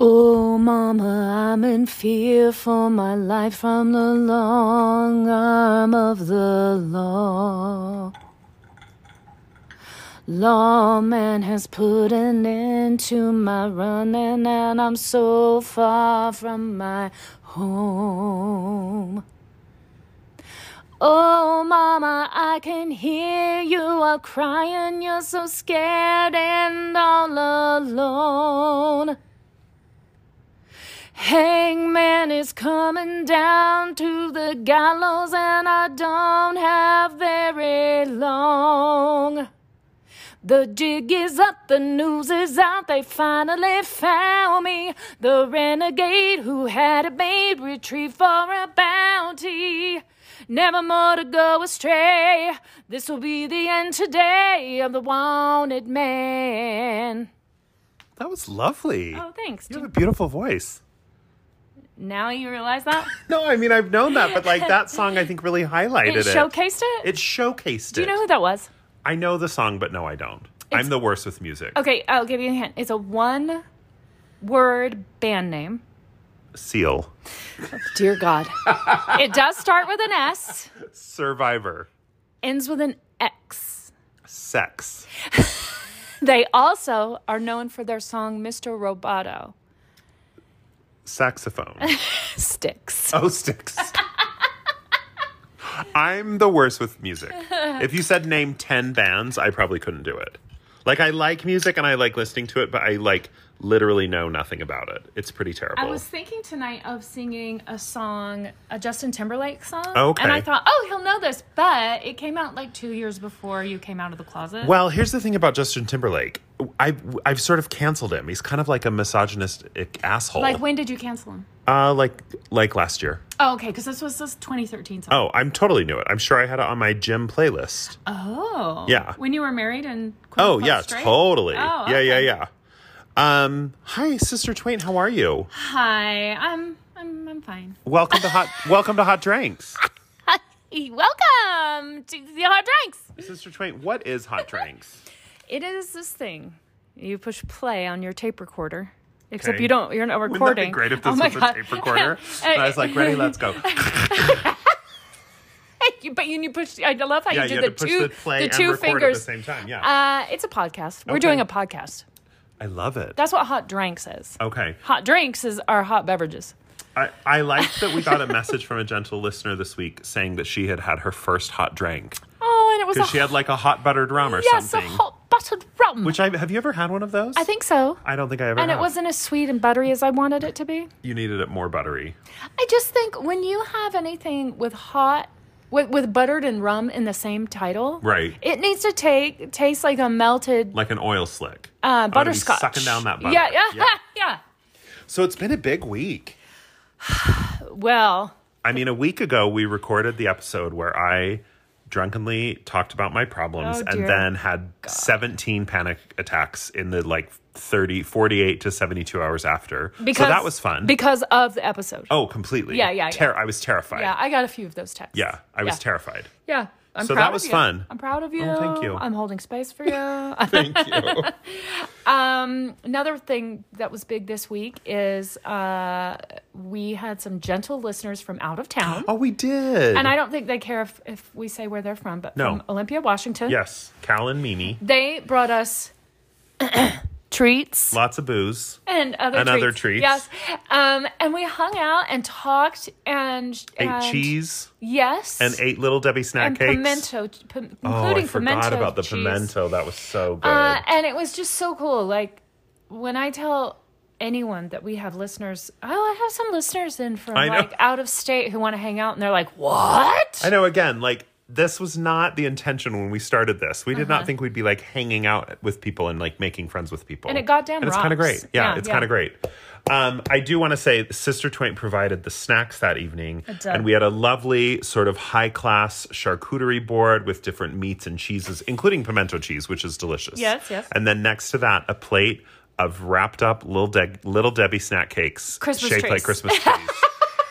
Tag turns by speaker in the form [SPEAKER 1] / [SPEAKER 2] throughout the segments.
[SPEAKER 1] Oh, Mama, I'm in fear for my life from the long arm of the law. Lawman has put an end to my running, and I'm so far from my home. Oh, Mama, I can hear you are crying. You're so scared and all alone. Hangman is coming down to the gallows, and I don't have very long. The jig is up, the news is out, they finally found me. The renegade who had a babe retrieved for a bounty. Never more to go astray. This will be the end today of the wanted man.
[SPEAKER 2] That was lovely.
[SPEAKER 1] Oh, thanks.
[SPEAKER 2] You
[SPEAKER 1] Do-
[SPEAKER 2] have a beautiful voice.
[SPEAKER 1] now you realize that?
[SPEAKER 2] No, I mean I've known that, but like that song, I think really highlighted
[SPEAKER 1] it
[SPEAKER 2] it.
[SPEAKER 1] showcased it?
[SPEAKER 2] It showcased
[SPEAKER 1] Do you
[SPEAKER 2] it.
[SPEAKER 1] know who that was?
[SPEAKER 2] I know the song, but no, I don't. I'm the worst with music.
[SPEAKER 1] Okay, I'll give you a hint. It's a one word band name.
[SPEAKER 2] Seal,
[SPEAKER 1] Dear God. it does start with an S,
[SPEAKER 2] Survivor,
[SPEAKER 1] ends with an X.
[SPEAKER 2] Sex.
[SPEAKER 1] They also are known for their song Mr. Roboto
[SPEAKER 2] saxophone.
[SPEAKER 1] Sticks.
[SPEAKER 2] oh, sticks. I'm the worst with music. If you said name 10 bands, I probably couldn't do it. Like, I like music and I like listening to it, but I like literally know nothing about it. It's pretty terrible.
[SPEAKER 1] I was thinking tonight of singing a song, a Justin Timberlake song.
[SPEAKER 2] Okay.
[SPEAKER 1] And I thought, oh, he'll know this, but it came out like two years before you came out of the closet.
[SPEAKER 2] well, here's the thing about Justin Timberlake. I've, I've sort of canceled him. He's kind of like a misogynistic asshole.
[SPEAKER 1] Like, when did you cancel him?
[SPEAKER 2] uh, like, like last year.
[SPEAKER 1] Oh, okay, because this was this 2013 song.
[SPEAKER 2] Oh, I'm totally new it. I'm sure I had it on my gym playlist.
[SPEAKER 1] Oh.
[SPEAKER 2] Yeah.
[SPEAKER 1] When you were married and quote,
[SPEAKER 2] Oh
[SPEAKER 1] unquote,
[SPEAKER 2] yeah,
[SPEAKER 1] straight?
[SPEAKER 2] totally.
[SPEAKER 1] Oh,
[SPEAKER 2] Yeah, yeah,
[SPEAKER 1] okay.
[SPEAKER 2] yeah. Um, hi, Sister Twain. How are you?
[SPEAKER 1] Hi, I'm I'm I'm fine.
[SPEAKER 2] Welcome to hot. welcome to hot drinks,
[SPEAKER 1] Welcome to the hot drinks.
[SPEAKER 2] Sister Twain. What is hot drinks?
[SPEAKER 1] It is this thing. You push play on your tape recorder. Except
[SPEAKER 2] Okay.
[SPEAKER 1] you don't. You're not
[SPEAKER 2] Wouldn't
[SPEAKER 1] recording.
[SPEAKER 2] that be great if
[SPEAKER 1] Oh
[SPEAKER 2] this
[SPEAKER 1] my
[SPEAKER 2] was
[SPEAKER 1] God.
[SPEAKER 2] a tape recorder?
[SPEAKER 1] Uh,
[SPEAKER 2] I was like, ready, let's go.
[SPEAKER 1] You- but you, you push. I love how
[SPEAKER 2] Yeah,
[SPEAKER 1] you
[SPEAKER 2] you
[SPEAKER 1] did
[SPEAKER 2] had to
[SPEAKER 1] the
[SPEAKER 2] push
[SPEAKER 1] two
[SPEAKER 2] the play and
[SPEAKER 1] two
[SPEAKER 2] record at the
[SPEAKER 1] fingers
[SPEAKER 2] same time, yeah.
[SPEAKER 1] Uh, it's a podcast. We're
[SPEAKER 2] Okay.
[SPEAKER 1] doing a podcast.
[SPEAKER 2] I love it.
[SPEAKER 1] That's what hot drinks is.
[SPEAKER 2] Okay,
[SPEAKER 1] Hot drinks is our hot beverages.
[SPEAKER 2] I, I liked that we got a message from a gentle listener this week saying that she had had her first hot drink
[SPEAKER 1] Oh, and it was a
[SPEAKER 2] because she had like a hot buttered rum or
[SPEAKER 1] yes,
[SPEAKER 2] something.
[SPEAKER 1] a hot buttered rum.
[SPEAKER 2] Which I have you ever had one of those?
[SPEAKER 1] I think so.
[SPEAKER 2] I don't think I ever.
[SPEAKER 1] and it
[SPEAKER 2] have.
[SPEAKER 1] wasn't as sweet and buttery as I wanted it to be.
[SPEAKER 2] You needed it more buttery.
[SPEAKER 1] I just think when you have anything with hot with, with buttered and rum in the same title,
[SPEAKER 2] Right.
[SPEAKER 1] It needs to take taste like a melted
[SPEAKER 2] like an oil slick.
[SPEAKER 1] uh,
[SPEAKER 2] I'm gonna be
[SPEAKER 1] butterscotch,
[SPEAKER 2] sucking down that butter.
[SPEAKER 1] Yeah, yeah, yeah.
[SPEAKER 2] So it's been a big week.
[SPEAKER 1] Well,
[SPEAKER 2] I mean, a week ago we recorded the episode where I drunkenly talked about my problems
[SPEAKER 1] Oh, dear
[SPEAKER 2] and then had 17 panic attacks in the like 30 48 to 72 hours after.
[SPEAKER 1] because
[SPEAKER 2] so that was fun.
[SPEAKER 1] because of the episode.
[SPEAKER 2] oh, completely.
[SPEAKER 1] Yeah, yeah, yeah.
[SPEAKER 2] Ter- I was terrified.
[SPEAKER 1] Yeah,
[SPEAKER 2] Yeah,
[SPEAKER 1] I got a few of those texts.
[SPEAKER 2] I was
[SPEAKER 1] Yeah.
[SPEAKER 2] terrified.
[SPEAKER 1] Yeah. I'm
[SPEAKER 2] So
[SPEAKER 1] proud
[SPEAKER 2] that
[SPEAKER 1] of
[SPEAKER 2] was
[SPEAKER 1] you.
[SPEAKER 2] fun. Oh,
[SPEAKER 1] I'm proud of you.
[SPEAKER 2] thank you.
[SPEAKER 1] I'm holding space for you.
[SPEAKER 2] Thank you.
[SPEAKER 1] Another thing that was big this week is uh, we had some gentle listeners from out of town.
[SPEAKER 2] oh, we did.
[SPEAKER 1] And I don't think they care if, if we say where they're from, but
[SPEAKER 2] No.
[SPEAKER 1] from Olympia, Washington.
[SPEAKER 2] yes, Cal and Mimi.
[SPEAKER 1] They brought us treats
[SPEAKER 2] Lots of booze.
[SPEAKER 1] and other
[SPEAKER 2] And
[SPEAKER 1] treats.
[SPEAKER 2] other treats.
[SPEAKER 1] Yes. Um, and we hung out and talked and
[SPEAKER 2] Ate
[SPEAKER 1] and-
[SPEAKER 2] cheese
[SPEAKER 1] Yes.
[SPEAKER 2] and ate little Debbie snack
[SPEAKER 1] and
[SPEAKER 2] cakes.
[SPEAKER 1] pimento, p- including
[SPEAKER 2] Oh, I forgot
[SPEAKER 1] pimento
[SPEAKER 2] about the
[SPEAKER 1] cheese.
[SPEAKER 2] pimento. That was so good.
[SPEAKER 1] Uh, and it was just so cool. Like when I tell anyone that we have listeners, oh, I have some listeners in from
[SPEAKER 2] I know.
[SPEAKER 1] like out of state who want to hang out, and they're like, "What?"
[SPEAKER 2] I know, again, like, this was not the intention when we started this. We did
[SPEAKER 1] Uh-huh.
[SPEAKER 2] not think we'd be like hanging out with people and like making friends with people.
[SPEAKER 1] And it goddamn
[SPEAKER 2] And it's kind of
[SPEAKER 1] rocks.
[SPEAKER 2] great. Yeah,
[SPEAKER 1] Yeah,
[SPEAKER 2] it's
[SPEAKER 1] yeah.
[SPEAKER 2] kind of great. Um, I do want to say Sister Twain provided the snacks that evening.
[SPEAKER 1] It did.
[SPEAKER 2] And we had a lovely sort of high class charcuterie board with different meats and cheeses, including pimento cheese, which is delicious.
[SPEAKER 1] Yes, yes.
[SPEAKER 2] And then next to that, a plate of wrapped up little, De- little Debbie snack cakes
[SPEAKER 1] Christmas
[SPEAKER 2] shaped
[SPEAKER 1] trees.
[SPEAKER 2] like Christmas trees.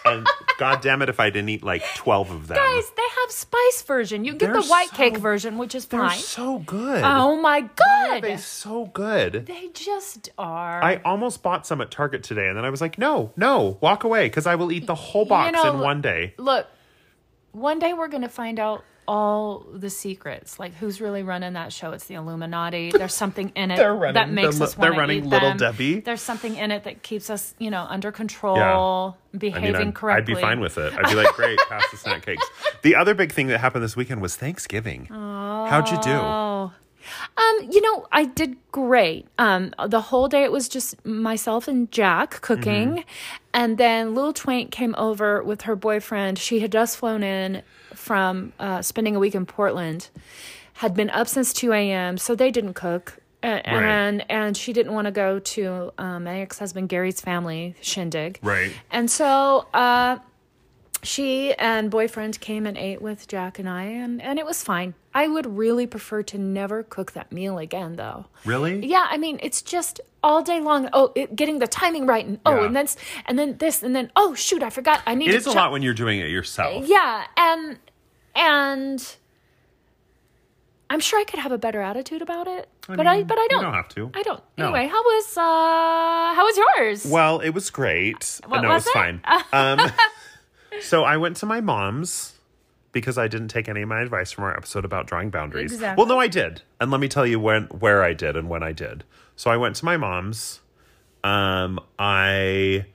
[SPEAKER 2] and God damn it if I didn't eat like 12 of them.
[SPEAKER 1] Guys, they have spice version. You get
[SPEAKER 2] They're
[SPEAKER 1] the white
[SPEAKER 2] so-
[SPEAKER 1] cake version, which is
[SPEAKER 2] They're
[SPEAKER 1] fine.
[SPEAKER 2] so good.
[SPEAKER 1] oh my
[SPEAKER 2] They're
[SPEAKER 1] god.
[SPEAKER 2] so good.
[SPEAKER 1] They just are.
[SPEAKER 2] I almost bought some at Target today, and then I was like, no, no, walk away, because I will eat the whole box
[SPEAKER 1] know,
[SPEAKER 2] in one day.
[SPEAKER 1] Look, one day we're going to find out all the secrets, like who's really running that show. It's the Illuminati. There's something in it
[SPEAKER 2] They're running
[SPEAKER 1] that
[SPEAKER 2] the
[SPEAKER 1] makes
[SPEAKER 2] li-
[SPEAKER 1] us
[SPEAKER 2] they're
[SPEAKER 1] want to
[SPEAKER 2] running
[SPEAKER 1] eat
[SPEAKER 2] Little
[SPEAKER 1] them.
[SPEAKER 2] Debbie.
[SPEAKER 1] There's something in it that keeps us, you know, under control,
[SPEAKER 2] I
[SPEAKER 1] behaving
[SPEAKER 2] mean, I'm- I'd
[SPEAKER 1] correctly.
[SPEAKER 2] be fine with it. I'd be like, great, pass the snack cakes. The other big thing that happened this weekend was Thanksgiving. How'd you do?
[SPEAKER 1] Oh. Um, you know, I did great. Um, the whole day it was just myself and Jack cooking.
[SPEAKER 2] Mm-hmm.
[SPEAKER 1] And then Lil Twain came over with her boyfriend. She had just flown in from uh, spending a week in Portland, had been up since 2 a.m., so they didn't cook. A- And and she didn't want to go to um, my ex husband Gary's family shindig,
[SPEAKER 2] Right.
[SPEAKER 1] And so uh, she and boyfriend came and ate with Jack and I, and, and it was fine. I would really prefer to never cook that meal again, though.
[SPEAKER 2] Really?
[SPEAKER 1] Yeah, I mean, it's just all day long. Oh, it, getting the timing right, and oh,
[SPEAKER 2] Yeah.
[SPEAKER 1] and then s- and then this, and then oh, shoot, I forgot. I need
[SPEAKER 2] It
[SPEAKER 1] to
[SPEAKER 2] is a
[SPEAKER 1] check-
[SPEAKER 2] lot when you're doing it yourself.
[SPEAKER 1] Yeah, and and I'm sure I could have a better attitude about it, but I
[SPEAKER 2] mean,
[SPEAKER 1] but I
[SPEAKER 2] you
[SPEAKER 1] don't.
[SPEAKER 2] don't have to.
[SPEAKER 1] I don't.
[SPEAKER 2] No.
[SPEAKER 1] Anyway, how was uh how was yours?
[SPEAKER 2] Well, it was great.
[SPEAKER 1] What
[SPEAKER 2] no,
[SPEAKER 1] was
[SPEAKER 2] it was
[SPEAKER 1] it?
[SPEAKER 2] fine. um, so I went to my mom's because I didn't take any of my advice from our episode about drawing boundaries.
[SPEAKER 1] Exactly.
[SPEAKER 2] Well, no, I did. And let me tell you when where I did and when I did. So I went to my mom's. Um, I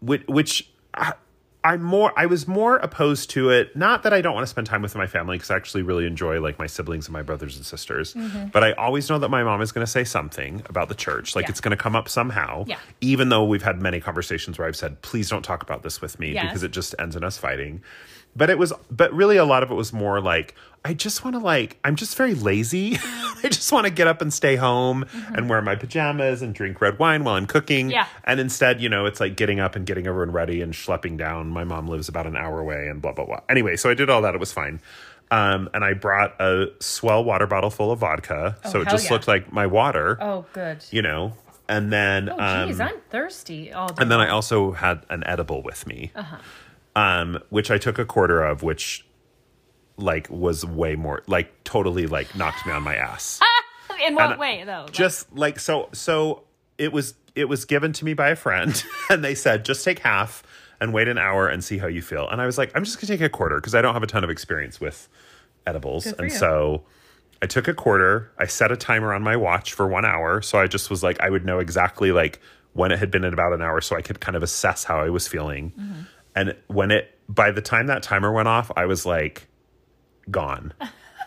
[SPEAKER 2] which, which I, I'm more I was more opposed to it. Not that I don't want to spend time with my family because I actually really enjoy like my siblings and my brothers and sisters.
[SPEAKER 1] Mm-hmm.
[SPEAKER 2] But I always know that my mom is going to say something about the church. Like
[SPEAKER 1] Yeah.
[SPEAKER 2] it's going to come up somehow.
[SPEAKER 1] Yeah.
[SPEAKER 2] Even though we've had many conversations where I've said, "Please don't talk about this with me,"
[SPEAKER 1] Yes.
[SPEAKER 2] because it just ends in us fighting. But it was, but really, a lot of it was more like I just want to like I'm just very lazy. I just want to get up and stay home and wear my pajamas and drink red wine while I'm cooking.
[SPEAKER 1] Yeah.
[SPEAKER 2] And instead, you know, it's like getting up and getting everyone ready and schlepping down. My mom lives about an hour away and blah, blah, blah. Anyway, so I did all that. It was fine. Um, and I brought a swell water bottle full of vodka. so it
[SPEAKER 1] Oh, hell
[SPEAKER 2] just
[SPEAKER 1] yeah.
[SPEAKER 2] looked like my water,
[SPEAKER 1] oh, good.
[SPEAKER 2] you know. And then, um,
[SPEAKER 1] Oh, Jeez, I'm thirsty all day.
[SPEAKER 2] and then I also had an edible with me, um, which I took a quarter of, which like was way more, like totally like knocked me on my ass.
[SPEAKER 1] In what way though? Like-
[SPEAKER 2] just like so so it was it was given to me by a friend and they said just take half and wait an hour and see how you feel and i was like i'm just going to take a quarter because i don't have a ton of experience with edibles
[SPEAKER 1] for
[SPEAKER 2] and
[SPEAKER 1] you.
[SPEAKER 2] so i took a quarter i set a timer on my watch for one hour so i just was like i would know exactly like when it had been in about an hour so i could kind of assess how i was feeling
[SPEAKER 1] Mm-hmm.
[SPEAKER 2] and when it by the time that timer went off i was like gone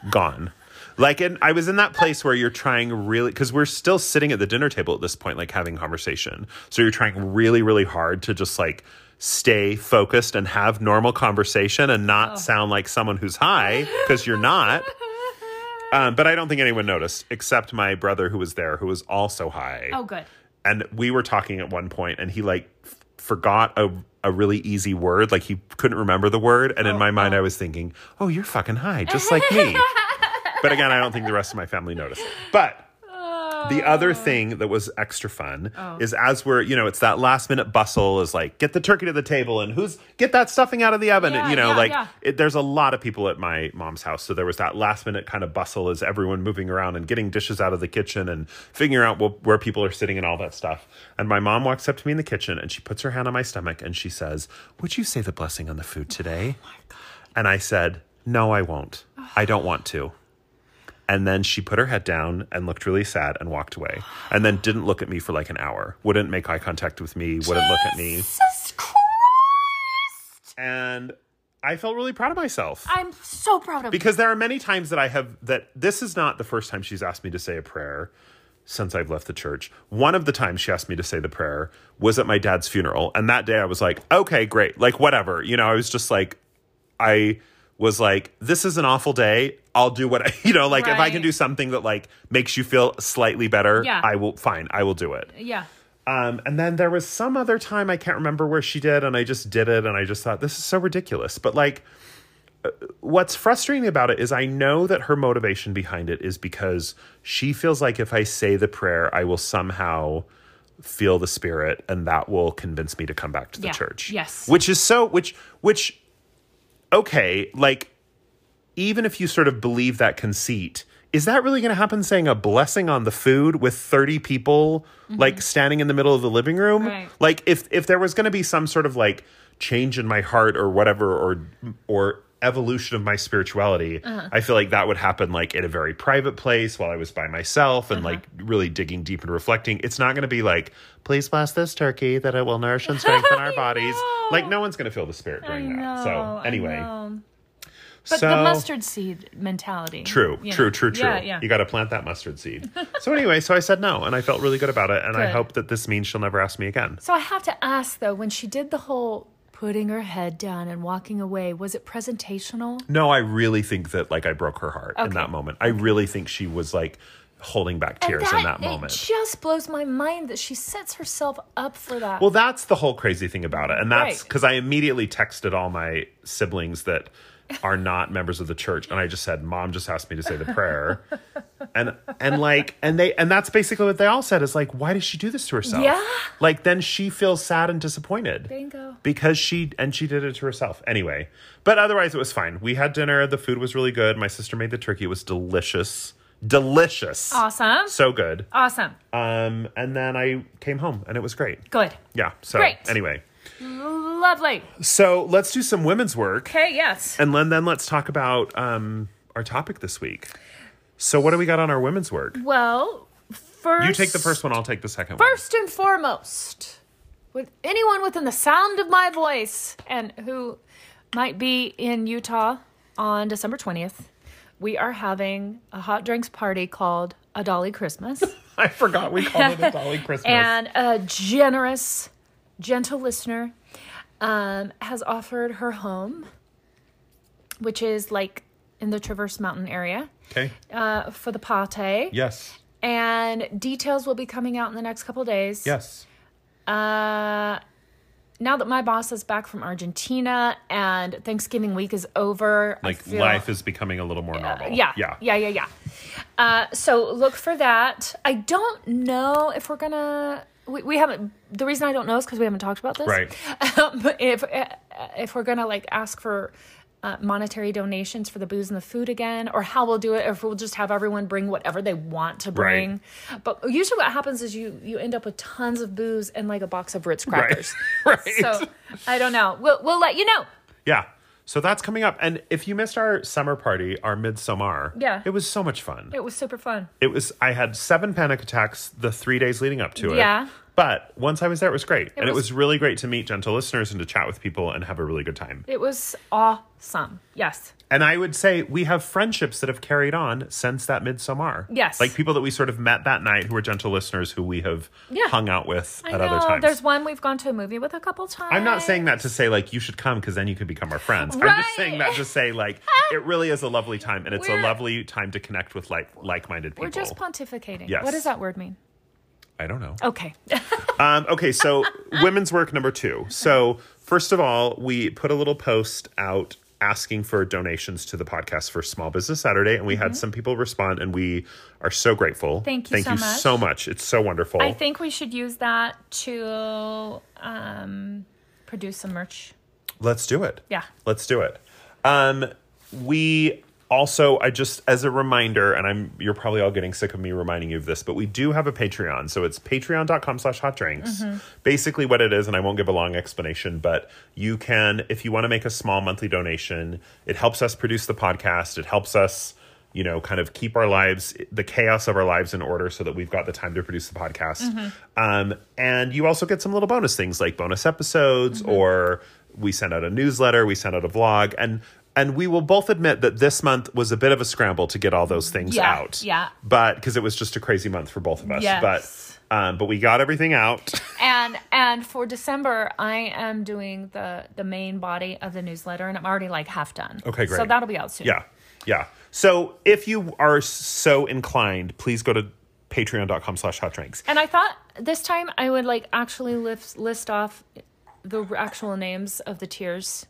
[SPEAKER 2] gone like and i was in that place where you're trying really because we're still sitting at the dinner table at this point like having conversation so you're trying really really hard to just like stay focused and have normal conversation and not sound like someone who's high because you're not um, but i don't think anyone noticed except my brother who was there who was also high
[SPEAKER 1] oh, good.
[SPEAKER 2] and we were talking at one point and he like f- forgot a a really easy word like he couldn't remember the word and in my mind i was thinking oh you're fucking high just like me but again i don't think the rest of my family noticed but the
[SPEAKER 1] Oh.
[SPEAKER 2] other thing that was extra fun is as we're you know it's that last minute bustle is like get the turkey to the table and who's get that stuffing out of the oven
[SPEAKER 1] Yeah,
[SPEAKER 2] you know
[SPEAKER 1] yeah,
[SPEAKER 2] like
[SPEAKER 1] yeah.
[SPEAKER 2] it, there's a lot of people at my mom's house so there was that last minute kind of bustle as everyone moving around and getting dishes out of the kitchen and figuring out wh- where people are sitting and all that stuff and my mom walks up to me in the kitchen and she puts her hand on my stomach and she says would you say the blessing on the food today
[SPEAKER 1] Oh
[SPEAKER 2] and i said no i won't i don't want to and then she put her head down and looked really sad and walked away. And then didn't look at me for like an hour. Wouldn't make eye contact with me, wouldn't look at me.
[SPEAKER 1] Jesus Christ!
[SPEAKER 2] And I felt really proud of myself.
[SPEAKER 1] I'm so proud of you.
[SPEAKER 2] Because there are many times that I have that this is not the first time she's asked me to say a prayer since I've left the church. One of the times she asked me to say the prayer was at my dad's funeral. And that day I was like, okay, great. Like, whatever. You know, I was just like, I was like, this is an awful day. I'll do what I, you know, like if I
[SPEAKER 1] Right.
[SPEAKER 2] can do something that like makes you feel slightly better,
[SPEAKER 1] Yeah.
[SPEAKER 2] I will, fine, I will do it.
[SPEAKER 1] Yeah.
[SPEAKER 2] Um, and then there was some other time I can't remember where she did, and I just did it, and I just thought this is so ridiculous. But like, uh, what's frustrating about it is I know that her motivation behind it is because she feels like if I say the prayer, I will somehow feel the spirit and that will convince me to come back to the
[SPEAKER 1] Yeah.
[SPEAKER 2] church
[SPEAKER 1] Yes.
[SPEAKER 2] which is so which which okay like even if you sort of believe that conceit is that really going to happen saying a blessing on the food with 30 people like standing in the middle of the living room
[SPEAKER 1] Mm-hmm. Right.
[SPEAKER 2] like if if there was going to be some sort of like change in my heart or whatever or or evolution of my spirituality
[SPEAKER 1] Uh-huh.
[SPEAKER 2] i feel like that would happen like in a very private place while i was by myself and
[SPEAKER 1] Uh-huh.
[SPEAKER 2] like really digging deep and reflecting it's not going to be like please bless this turkey that it will nourish and strengthen our bodies
[SPEAKER 1] know.
[SPEAKER 2] like no one's going to feel the spirit during that so
[SPEAKER 1] I
[SPEAKER 2] anyway
[SPEAKER 1] know. But
[SPEAKER 2] so,
[SPEAKER 1] the mustard seed mentality.
[SPEAKER 2] True,
[SPEAKER 1] you know.
[SPEAKER 2] true, true, true.
[SPEAKER 1] Yeah, yeah.
[SPEAKER 2] You got to plant that mustard seed. so anyway, so I said no, and I felt really good about it, and I
[SPEAKER 1] Good.
[SPEAKER 2] hope that this means she'll never ask me again.
[SPEAKER 1] so I have to ask though, when she did the whole putting her head down and walking away, was it presentational?
[SPEAKER 2] No, I really think that like I broke her heart in
[SPEAKER 1] Okay.
[SPEAKER 2] that moment. I really think she was like holding back
[SPEAKER 1] And
[SPEAKER 2] tears in that
[SPEAKER 1] it
[SPEAKER 2] moment.
[SPEAKER 1] just blows my mind that she sets herself up for that.
[SPEAKER 2] Well, that's the whole crazy thing about it. And that's
[SPEAKER 1] Right.
[SPEAKER 2] because I immediately texted all my siblings that are not members of the church and I just said, Mom just asked me to say the prayer. and and like and they and that's basically what they all said is like, why does she do this to herself?
[SPEAKER 1] Yeah.
[SPEAKER 2] Like then she feels sad and disappointed.
[SPEAKER 1] Bingo.
[SPEAKER 2] Because she and she did it to herself. Anyway. But otherwise it was fine. We had dinner, the food was really good. My sister made the turkey, it was delicious. Delicious.
[SPEAKER 1] awesome.
[SPEAKER 2] So good.
[SPEAKER 1] awesome.
[SPEAKER 2] Um, and then I came home and it was great.
[SPEAKER 1] Good.
[SPEAKER 2] Yeah. So
[SPEAKER 1] Great.
[SPEAKER 2] anyway,
[SPEAKER 1] Lovely.
[SPEAKER 2] so let's do some women's work,
[SPEAKER 1] Okay, yes.
[SPEAKER 2] and then then let's talk about um, our topic this week. So what do we got on our women's work?
[SPEAKER 1] Well, first
[SPEAKER 2] You take the first one. I'll take the second
[SPEAKER 1] First and foremost, with anyone within the sound of my voice and who might be in Utah on December 20th, we are having a hot drinks party called a Dolly Christmas
[SPEAKER 2] one. I forgot we called it a Dolly Christmas.
[SPEAKER 1] and a generous, gentle listener um, has offered her home, which is like in the Traverse Mountain area,
[SPEAKER 2] okay.
[SPEAKER 1] uh, for the party.
[SPEAKER 2] Yes.
[SPEAKER 1] And details will be coming out in the next couple days.
[SPEAKER 2] Yes.
[SPEAKER 1] Uh, now that my boss is back from Argentina and Thanksgiving week is over, I
[SPEAKER 2] Like
[SPEAKER 1] feel-
[SPEAKER 2] life is becoming a little more normal.
[SPEAKER 1] Yeah,
[SPEAKER 2] Oh, Yeah.
[SPEAKER 1] yeah, yeah, yeah. Uh, so look for that. I don't know if we're gonna. We, we haven't. The reason I don't know is because we haven't talked about this.
[SPEAKER 2] Right.
[SPEAKER 1] Um, but if uh, if we're gonna like ask for uh, monetary donations for the booze and the food again, or how we'll do it, if we'll just have everyone bring whatever they want to bring. But usually, what happens is you you end up with tons of booze and like a box of Ritz crackers.
[SPEAKER 2] Right.
[SPEAKER 1] So I don't know. We'll we'll let you know.
[SPEAKER 2] Yeah. So that's coming up, and if you missed our summer party, our midsummer,
[SPEAKER 1] Yeah.
[SPEAKER 2] it was so much fun.
[SPEAKER 1] It was super fun.
[SPEAKER 2] It was I had seven panic attacks the three days leading up to it.
[SPEAKER 1] Yeah.
[SPEAKER 2] But once I was there, it was great. and it
[SPEAKER 1] was-
[SPEAKER 2] was really great to meet gentle listeners and to chat with people and have a really good time.
[SPEAKER 1] It was awesome. Yes.
[SPEAKER 2] And I would say we have friendships that have carried on since that midsummer.
[SPEAKER 1] Yes.
[SPEAKER 2] Like people that we sort of met that night who were gentle listeners who we have
[SPEAKER 1] Yeah.
[SPEAKER 2] hung out with
[SPEAKER 1] I
[SPEAKER 2] at
[SPEAKER 1] know.
[SPEAKER 2] other times.
[SPEAKER 1] There's one we've gone to a movie with a couple times.
[SPEAKER 2] I'm not saying that to say like you should come because then you could become our friends. I'm
[SPEAKER 1] Right.
[SPEAKER 2] just saying that to say like it really is a lovely time and it's
[SPEAKER 1] We're-
[SPEAKER 2] a lovely time to connect with like like-minded people.
[SPEAKER 1] we're just pontificating.
[SPEAKER 2] Yes.
[SPEAKER 1] What does that word mean?
[SPEAKER 2] I don't know.
[SPEAKER 1] Okay.
[SPEAKER 2] Um, okay, so women's work number two. So first of all, we put a little post out asking for donations to the podcast for Small Business Saturday, and we had some people respond, and we are so grateful.
[SPEAKER 1] Mm-hmm. Thank you
[SPEAKER 2] Thank
[SPEAKER 1] so
[SPEAKER 2] you
[SPEAKER 1] much.
[SPEAKER 2] so much. It's so wonderful.
[SPEAKER 1] I think we should use that to um, produce some merch.
[SPEAKER 2] Let's do it.
[SPEAKER 1] Yeah.
[SPEAKER 2] Let's do it. Um, we also, I just as a reminder, and I'm you're probably all getting sick of me reminding you of this, but we do have a Patreon. So it's patreon.com slash hot drinks. Basically what it is, and I won't give a long explanation, but you can, if you want to make a small monthly donation, it helps us produce the podcast. It helps us you know, kind of keep our lives, the chaos of our lives in order so that we've got the time to produce the podcast.
[SPEAKER 1] Mm-hmm.
[SPEAKER 2] Um, and you also get some little bonus things like bonus episodes
[SPEAKER 1] Mm-hmm.
[SPEAKER 2] or we send out a newsletter, we send out a vlog and and we will both admit that this month was a bit of a scramble to get all those things
[SPEAKER 1] Yeah,
[SPEAKER 2] out.
[SPEAKER 1] yeah.
[SPEAKER 2] But because it was just a crazy month for both of us.
[SPEAKER 1] Yes.
[SPEAKER 2] But um, but we got everything out.
[SPEAKER 1] And and for December, I am doing the the main body of the newsletter, and I'm already like half done.
[SPEAKER 2] Okay,
[SPEAKER 1] So
[SPEAKER 2] great.
[SPEAKER 1] that'll be out soon.
[SPEAKER 2] Yeah. Yeah. So if you are so inclined, please go to patreon.com slash hot drinks.
[SPEAKER 1] And I thought this time I would like actually list list off the actual names of the tiers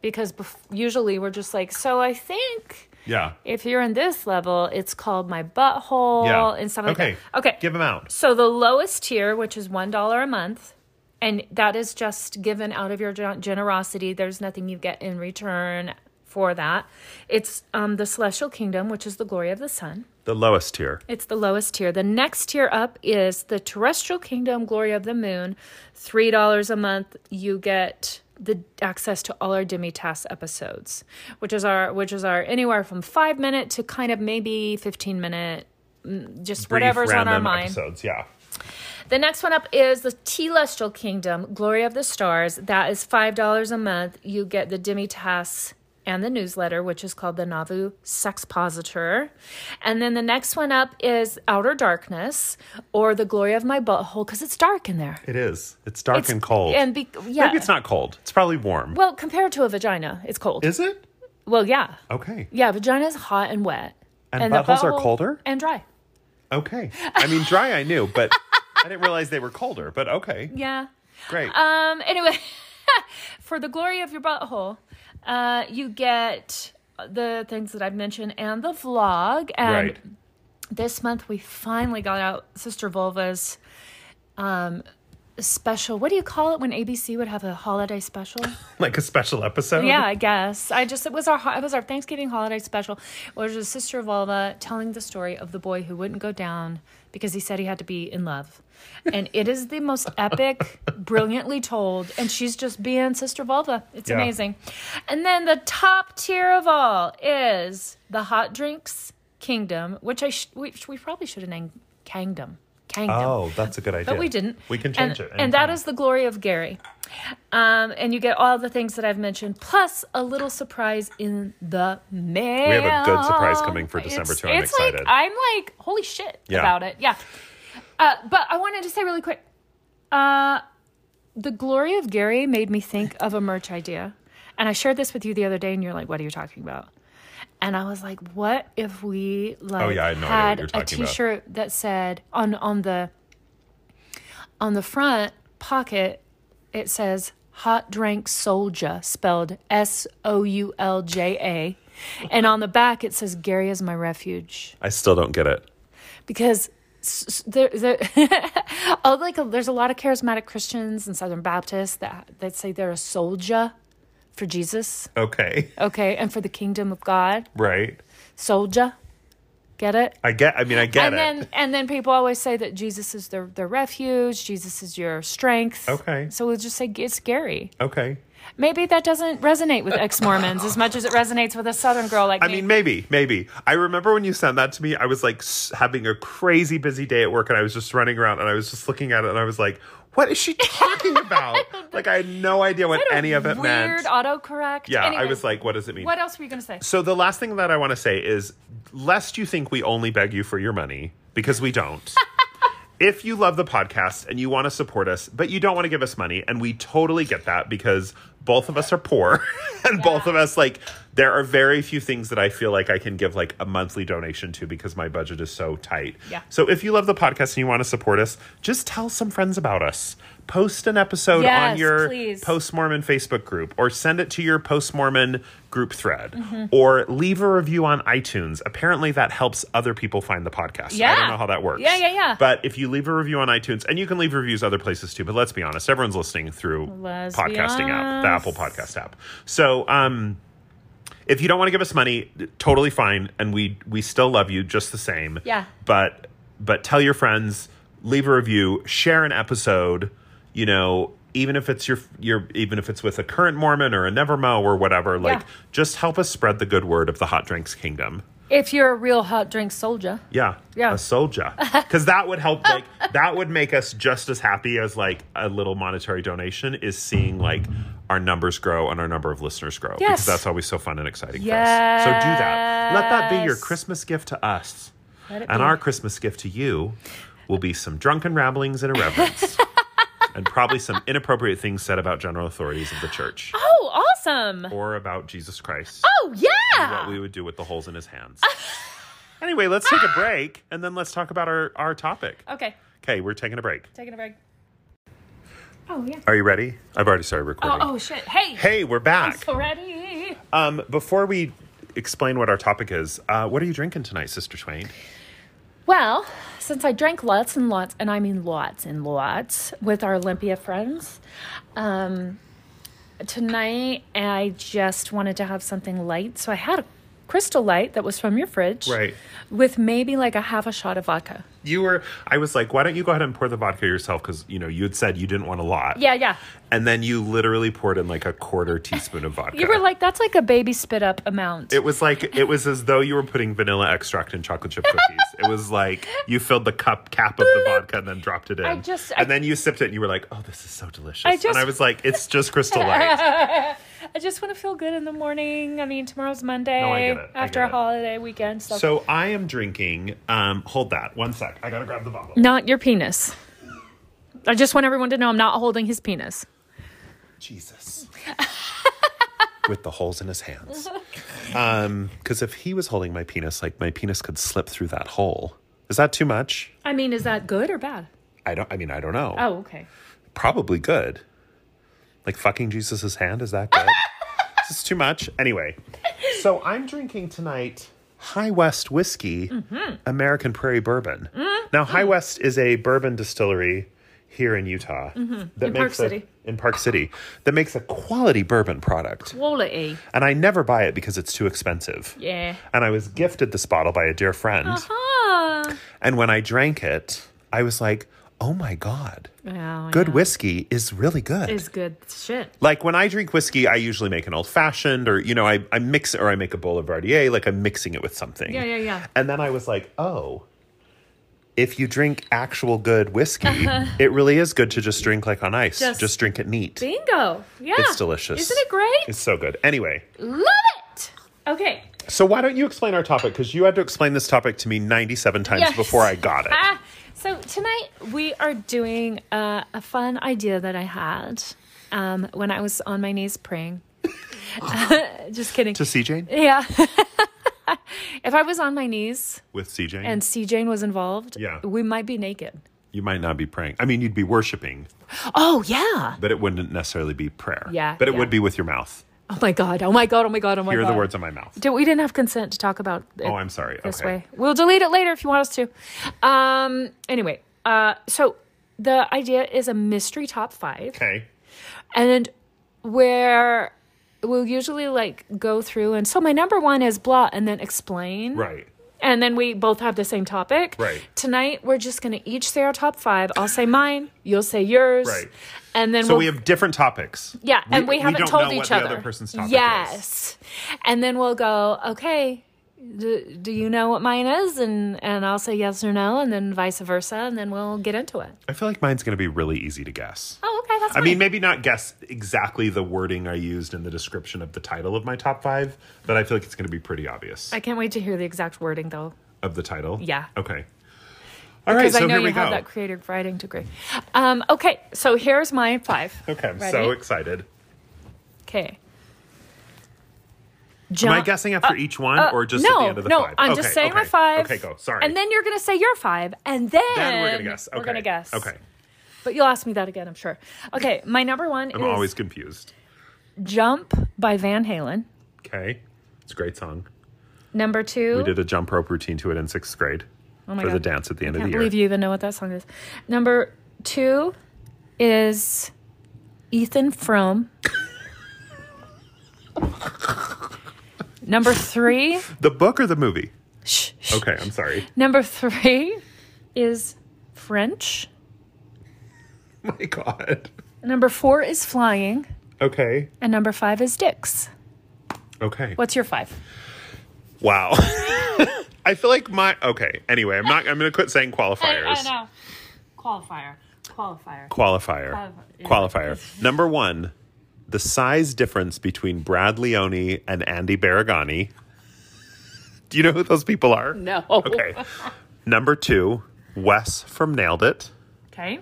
[SPEAKER 1] because bef- usually we're just like, so I think
[SPEAKER 2] Yeah.
[SPEAKER 1] If you're in this level, it's called my butthole
[SPEAKER 2] Yeah.
[SPEAKER 1] and stuff like
[SPEAKER 2] okay.
[SPEAKER 1] that. Okay.
[SPEAKER 2] Give them out.
[SPEAKER 1] So the lowest tier, which is one dollar a month, and that is just given out of your gen- generosity. There's nothing you get in return for that. It's um, the celestial kingdom, which is the glory of the sun.
[SPEAKER 2] The lowest tier.
[SPEAKER 1] It's the lowest tier. The next tier up is the terrestrial kingdom, glory of the moon. Three dollars a month, you get the access to all our Demitas episodes, which is our which is our anywhere from five minute to kind of maybe fifteen minute, mm, just
[SPEAKER 2] Brief
[SPEAKER 1] whatever's on our
[SPEAKER 2] random
[SPEAKER 1] mind.
[SPEAKER 2] episodes. Yeah.
[SPEAKER 1] The next one up is the Telestial Kingdom, Glory of the Stars. That is $5 a month. You get the Demitas and the newsletter, which is called the Nauvoo Sexpositor. And then the next one up is Outer Darkness or the Glory of My Butthole because it's dark in there.
[SPEAKER 2] It is. It's dark
[SPEAKER 1] It's-
[SPEAKER 2] and cold.
[SPEAKER 1] And be, yeah.
[SPEAKER 2] Maybe it's not cold. It's probably warm.
[SPEAKER 1] well, compared to a vagina, it's cold.
[SPEAKER 2] is it?
[SPEAKER 1] well, yeah.
[SPEAKER 2] Okay.
[SPEAKER 1] Yeah, vagina is hot and wet.
[SPEAKER 2] And
[SPEAKER 1] the
[SPEAKER 2] buttholes are
[SPEAKER 1] butthole-
[SPEAKER 2] colder?
[SPEAKER 1] And dry.
[SPEAKER 2] Okay. I mean, dry I knew, but I didn't realize they were colder, but okay.
[SPEAKER 1] Yeah.
[SPEAKER 2] Great.
[SPEAKER 1] Um. Anyway, for the glory of your butthole, uh, you get the things that I've mentioned and the vlog. And
[SPEAKER 2] right.
[SPEAKER 1] this month we finally got out Sister Vulva's um special. What do you call it when ABC would have a holiday special?
[SPEAKER 2] Like a special episode?
[SPEAKER 1] yeah, I guess. I just it was our ho- it was our Thanksgiving holiday special, which was Sister Vulva telling the story of the boy who wouldn't go down because he said he had to be in love, and it is the most epic, brilliantly told, and she's just being Sister Vulva. It's
[SPEAKER 2] Yeah.
[SPEAKER 1] amazing. And then the top tier of all is the hot drinks kingdom, which I sh- which we probably should have named Kingdom. Kingdom.
[SPEAKER 2] Oh, that's a good idea.
[SPEAKER 1] But we didn't.
[SPEAKER 2] We can
[SPEAKER 1] And-
[SPEAKER 2] change it.
[SPEAKER 1] And that
[SPEAKER 2] anytime.
[SPEAKER 1] is the glory of Gary. Um, and you get all the things that I've mentioned, plus a little surprise in the mail.
[SPEAKER 2] have a good surprise coming for December,
[SPEAKER 1] It's-
[SPEAKER 2] too. I'm
[SPEAKER 1] it's
[SPEAKER 2] excited.
[SPEAKER 1] Like, I'm like, holy shit
[SPEAKER 2] Yeah.
[SPEAKER 1] about it. Yeah. Uh, but I wanted to say really quick uh, the glory of Gary made me think of a merch idea. And I shared this with you the other day, and you're like, what are you talking about? And I was like, what if we like
[SPEAKER 2] Oh, yeah, I had no idea what
[SPEAKER 1] had
[SPEAKER 2] you're
[SPEAKER 1] a
[SPEAKER 2] talking about.
[SPEAKER 1] t-shirt that said on on the on the front pocket it says hot drink soldier spelled S O U L J A and on the back it says Gary is my refuge
[SPEAKER 2] I still don't get it.
[SPEAKER 1] because s- s- there, there oh, like there's a lot of charismatic Christians and Southern Baptists that that say they're a soldier for Jesus,
[SPEAKER 2] Okay.
[SPEAKER 1] okay, and for the kingdom of God,
[SPEAKER 2] Right.
[SPEAKER 1] soldier. Get it?
[SPEAKER 2] I get, I mean, I get
[SPEAKER 1] and
[SPEAKER 2] it.
[SPEAKER 1] then and then people always say that Jesus is their their refuge, Jesus is your strength.
[SPEAKER 2] Okay.
[SPEAKER 1] So we'll just say it's scary.
[SPEAKER 2] okay.
[SPEAKER 1] Maybe that doesn't resonate with ex Mormons as much as it resonates with a Southern girl like
[SPEAKER 2] I
[SPEAKER 1] me.
[SPEAKER 2] mean, maybe, maybe. I remember when you sent that to me, I was like s- having a crazy busy day at work and I was just running around and I was just looking at it and I was like, what is she talking about? like, I had no idea what, any of it
[SPEAKER 1] Weird
[SPEAKER 2] meant.
[SPEAKER 1] autocorrect.
[SPEAKER 2] Yeah, I
[SPEAKER 1] Anyway,
[SPEAKER 2] was like, what does it mean?
[SPEAKER 1] what else were you gonna say?
[SPEAKER 2] So the last thing that I want to say is lest you think we only beg you for your money because we don't. if you love the podcast and you want to support us, but you don't want to give us money, and we totally get that because both of us are poor and both of us like there are very few things that I feel like I can give like a monthly donation to because my budget is so tight.
[SPEAKER 1] Yeah.
[SPEAKER 2] So if you love the podcast and you want to support us, just tell some friends about us. Post an episode on
[SPEAKER 1] Yes,
[SPEAKER 2] your
[SPEAKER 1] please.
[SPEAKER 2] post Post Mormon Facebook group or send it to your Post Mormon group thread or leave a review on iTunes. Apparently, that helps other people find the podcast. I don't
[SPEAKER 1] Yeah.
[SPEAKER 2] know how that works.
[SPEAKER 1] Yeah, yeah, yeah.
[SPEAKER 2] But if you leave a review on iTunes, and you can leave reviews other places too, but let's be honest, everyone's listening through
[SPEAKER 1] Let's be
[SPEAKER 2] podcasting app, the
[SPEAKER 1] honest.
[SPEAKER 2] Apple Podcast app. So, um, if you don't want to give us money, totally fine, and we we still love you just the same.
[SPEAKER 1] Yeah.
[SPEAKER 2] But but tell your friends, leave a review, share an episode. You know, even if it's your your even if it's with a current Mormon or a Nevermo or whatever, like
[SPEAKER 1] Yeah.
[SPEAKER 2] just help us spread the good word of the Hot Drinks Kingdom.
[SPEAKER 1] If you're a real hot drink soldier.
[SPEAKER 2] Yeah.
[SPEAKER 1] Yeah.
[SPEAKER 2] A soldier. Because that would help, like, that would make us just as happy as, like, a little monetary donation is seeing, like, our numbers grow and our number of listeners grow. Because
[SPEAKER 1] Yes.
[SPEAKER 2] that's always so fun and exciting for us. So do that. Let that be your
[SPEAKER 1] Yes.
[SPEAKER 2] Christmas gift to us.
[SPEAKER 1] Let it
[SPEAKER 2] And
[SPEAKER 1] be.
[SPEAKER 2] our Christmas gift to you will be some drunken ramblings and irreverence. and probably some inappropriate things said about general authorities of the church
[SPEAKER 1] Oh, awesome.
[SPEAKER 2] or about Jesus Christ
[SPEAKER 1] Oh, yeah.
[SPEAKER 2] what we would do with the holes in his hands. anyway, let's take a
[SPEAKER 1] Ah.
[SPEAKER 2] break and then let's talk about our, our topic.
[SPEAKER 1] okay,
[SPEAKER 2] Okay, we're taking a break.
[SPEAKER 1] taking a break. Oh, yeah.
[SPEAKER 2] Are you ready? I've already started
[SPEAKER 1] Oh,
[SPEAKER 2] recording.
[SPEAKER 1] oh shit. Hey.
[SPEAKER 2] Hey, we're back.
[SPEAKER 1] Already.
[SPEAKER 2] Um, before we explain what our topic is. Uh, what are you drinking tonight, Sister Twain?
[SPEAKER 1] Well, since I drank lots and lots, and I mean lots and lots, with our Olympia friends, um, tonight I just wanted to have something light. So I had a crystal light that was from your fridge.
[SPEAKER 2] Right.
[SPEAKER 1] With maybe like a half a shot of vodka.
[SPEAKER 2] You were. I was like, why don't you go ahead and pour the vodka yourself? Because you know you had said you didn't want a lot.
[SPEAKER 1] Yeah, yeah.
[SPEAKER 2] And then you literally poured in like a quarter teaspoon of vodka.
[SPEAKER 1] You were like, that's like a baby spit up amount.
[SPEAKER 2] It was like it was as though you were putting vanilla extract in chocolate chip cookies. it was like you filled the cup cap of the vodka and then dropped it in.
[SPEAKER 1] I just-
[SPEAKER 2] and
[SPEAKER 1] I-
[SPEAKER 2] then you sipped it and you were like, "Oh, this is so delicious."
[SPEAKER 1] I just-
[SPEAKER 2] and I was like, "It's just crystal light."
[SPEAKER 1] I just want to feel good in the morning. I mean, tomorrow's Monday
[SPEAKER 2] get it. I
[SPEAKER 1] after
[SPEAKER 2] get
[SPEAKER 1] a
[SPEAKER 2] it.
[SPEAKER 1] holiday weekend. So.
[SPEAKER 2] so I am drinking. Um, hold that one sec. I gotta grab the bottle.
[SPEAKER 1] not your penis. I just want everyone to know I'm not holding his penis.
[SPEAKER 2] Jesus. With the holes in his hands. Um, because if he was holding my penis, like my penis could slip through that hole. Is that too much?
[SPEAKER 1] I mean, is that good or bad?
[SPEAKER 2] I don't I mean I don't know.
[SPEAKER 1] Oh, okay.
[SPEAKER 2] Probably good. Like fucking Jesus's hand, is that good? this is too much. Anyway. So I'm drinking tonight High West whiskey, American Prairie Bourbon. Now High West is a bourbon distillery here Mm-hmm. in Utah that
[SPEAKER 1] In Park
[SPEAKER 2] makes a-
[SPEAKER 1] City.
[SPEAKER 2] in Park City that makes a quality bourbon product.
[SPEAKER 1] Quality.
[SPEAKER 2] and I never buy it because it's too expensive.
[SPEAKER 1] Yeah.
[SPEAKER 2] And I was gifted this bottle by a dear friend,
[SPEAKER 1] Huh.
[SPEAKER 2] and when I drank it, I was like, "Oh my god,
[SPEAKER 1] Wow,
[SPEAKER 2] good
[SPEAKER 1] yeah.
[SPEAKER 2] whiskey is really good."
[SPEAKER 1] is good shit.
[SPEAKER 2] like when I drink whiskey, I usually make an old fashioned, or you know, I I mix or I make a boulevardier, like I'm mixing it with something.
[SPEAKER 1] Yeah, yeah, yeah.
[SPEAKER 2] And then I was like, "Oh." If you drink actual good whiskey, it really is good to just drink like on ice. Just,
[SPEAKER 1] Uh-huh. Just-
[SPEAKER 2] drink it neat.
[SPEAKER 1] Bingo. Yeah.
[SPEAKER 2] It's delicious.
[SPEAKER 1] Isn't it great?
[SPEAKER 2] It's so good. Anyway,
[SPEAKER 1] Love it. Okay.
[SPEAKER 2] So why don't you explain our topic? Because you had to explain this topic to me 97 times
[SPEAKER 1] Yes.
[SPEAKER 2] before I got it.
[SPEAKER 1] Ah, so tonight we are doing uh, a fun idea that I had um, when I was on my knees praying. Just kidding.
[SPEAKER 2] to CJ?
[SPEAKER 1] yeah. if I was on my knees
[SPEAKER 2] With CJ?
[SPEAKER 1] and C Jane was involved,
[SPEAKER 2] Yeah.
[SPEAKER 1] we might be naked.
[SPEAKER 2] you might not be praying. I mean, you'd be worshiping,
[SPEAKER 1] Oh yeah.
[SPEAKER 2] but it wouldn't necessarily be prayer.
[SPEAKER 1] Yeah,
[SPEAKER 2] But it
[SPEAKER 1] yeah.
[SPEAKER 2] would be with your mouth.
[SPEAKER 1] Oh my god. Oh my god. Oh my god. Oh my
[SPEAKER 2] Here are
[SPEAKER 1] god.
[SPEAKER 2] the words on my mouth.
[SPEAKER 1] Did- we didn't have consent to talk about it
[SPEAKER 2] Oh, I'm sorry.
[SPEAKER 1] this
[SPEAKER 2] okay.
[SPEAKER 1] way. We'll delete it later if you want us to. Um, anyway, uh, so the idea is a mystery top five,
[SPEAKER 2] Okay.
[SPEAKER 1] and where we'll usually like go through and so my number one is blah, and then explain,
[SPEAKER 2] Right.
[SPEAKER 1] and then we both have the same topic.
[SPEAKER 2] Right.
[SPEAKER 1] Tonight we're just gonna each say our top five. I'll say mine, you'll say yours,
[SPEAKER 2] Right.
[SPEAKER 1] and then
[SPEAKER 2] So
[SPEAKER 1] we'll,
[SPEAKER 2] we have different topics.
[SPEAKER 1] yeah, and we, haven't
[SPEAKER 2] don't
[SPEAKER 1] told
[SPEAKER 2] know
[SPEAKER 1] each
[SPEAKER 2] what
[SPEAKER 1] other.
[SPEAKER 2] The other person's topic
[SPEAKER 1] yes,
[SPEAKER 2] Is.
[SPEAKER 1] and then we'll go. Okay, do, do you know what mine is? And and I'll say yes or no, and then vice versa, and then we'll get into it.
[SPEAKER 2] I feel like mine's going to be really easy to guess.
[SPEAKER 1] Oh, okay, that's.
[SPEAKER 2] I
[SPEAKER 1] fine.
[SPEAKER 2] mean, maybe not guess exactly the wording I used in the description of the title of my top five, but I feel like it's going to be pretty obvious.
[SPEAKER 1] I can't wait to hear the exact wording though,
[SPEAKER 2] of the title?
[SPEAKER 1] Yeah.
[SPEAKER 2] Okay. All right,
[SPEAKER 1] because
[SPEAKER 2] so
[SPEAKER 1] I know
[SPEAKER 2] here
[SPEAKER 1] you
[SPEAKER 2] we
[SPEAKER 1] have
[SPEAKER 2] go.
[SPEAKER 1] that creative writing degree. Um, okay, so here's my five.
[SPEAKER 2] Okay, I'm so
[SPEAKER 1] Ready?
[SPEAKER 2] excited.
[SPEAKER 1] Okay.
[SPEAKER 2] Am I guessing after each one or just
[SPEAKER 1] uh, no,
[SPEAKER 2] at the end of the
[SPEAKER 1] no,
[SPEAKER 2] five?
[SPEAKER 1] I'm
[SPEAKER 2] okay,
[SPEAKER 1] just saying
[SPEAKER 2] okay.
[SPEAKER 1] my five.
[SPEAKER 2] Okay, go. Sorry.
[SPEAKER 1] And then you're gonna say your five, and then,
[SPEAKER 2] Then we're gonna guess. Okay.
[SPEAKER 1] We're gonna guess.
[SPEAKER 2] Okay.
[SPEAKER 1] But you'll ask me that again, I'm sure. Okay, my number one
[SPEAKER 2] I'm
[SPEAKER 1] is
[SPEAKER 2] always confused.
[SPEAKER 1] Jump by Van Halen.
[SPEAKER 2] Okay. It's a great song.
[SPEAKER 1] Number two,
[SPEAKER 2] We did a jump rope routine to it in sixth grade
[SPEAKER 1] Oh my
[SPEAKER 2] for the
[SPEAKER 1] God.
[SPEAKER 2] dance at the end
[SPEAKER 1] I
[SPEAKER 2] of the
[SPEAKER 1] can't
[SPEAKER 2] year.
[SPEAKER 1] believe you even know what that song is. Number two is Ethan Frome. number three,
[SPEAKER 2] The book or the movie?
[SPEAKER 1] shh, shh.
[SPEAKER 2] Okay, I'm sorry.
[SPEAKER 1] number three is French.
[SPEAKER 2] Oh my God.
[SPEAKER 1] Number four is flying,
[SPEAKER 2] Okay.
[SPEAKER 1] and number five is dicks.
[SPEAKER 2] Okay.
[SPEAKER 1] What's your five?
[SPEAKER 2] Wow. I feel like my okay. Anyway, I'm not. I'm gonna quit saying qualifiers.
[SPEAKER 1] know. Qualifier. Qualifier.
[SPEAKER 2] Qualifier.
[SPEAKER 1] Qualifier.
[SPEAKER 2] Qualifier. Number one, the size difference between Brad Leone and Andy Baragani. Do you know who those people are?
[SPEAKER 1] No.
[SPEAKER 2] Okay. Number two, Wes from Nailed It.
[SPEAKER 1] Okay.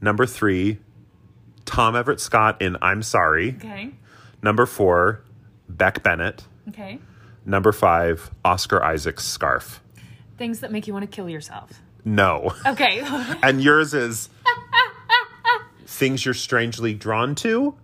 [SPEAKER 2] Number three, Tom Everett Scott in I'm Sorry.
[SPEAKER 1] Okay.
[SPEAKER 2] Number four, Beck Bennett.
[SPEAKER 1] Okay.
[SPEAKER 2] Number five, Oscar Isaac's scarf.
[SPEAKER 1] Things that make you want to kill yourself.
[SPEAKER 2] No.
[SPEAKER 1] Okay.
[SPEAKER 2] And yours is things you're strangely drawn to?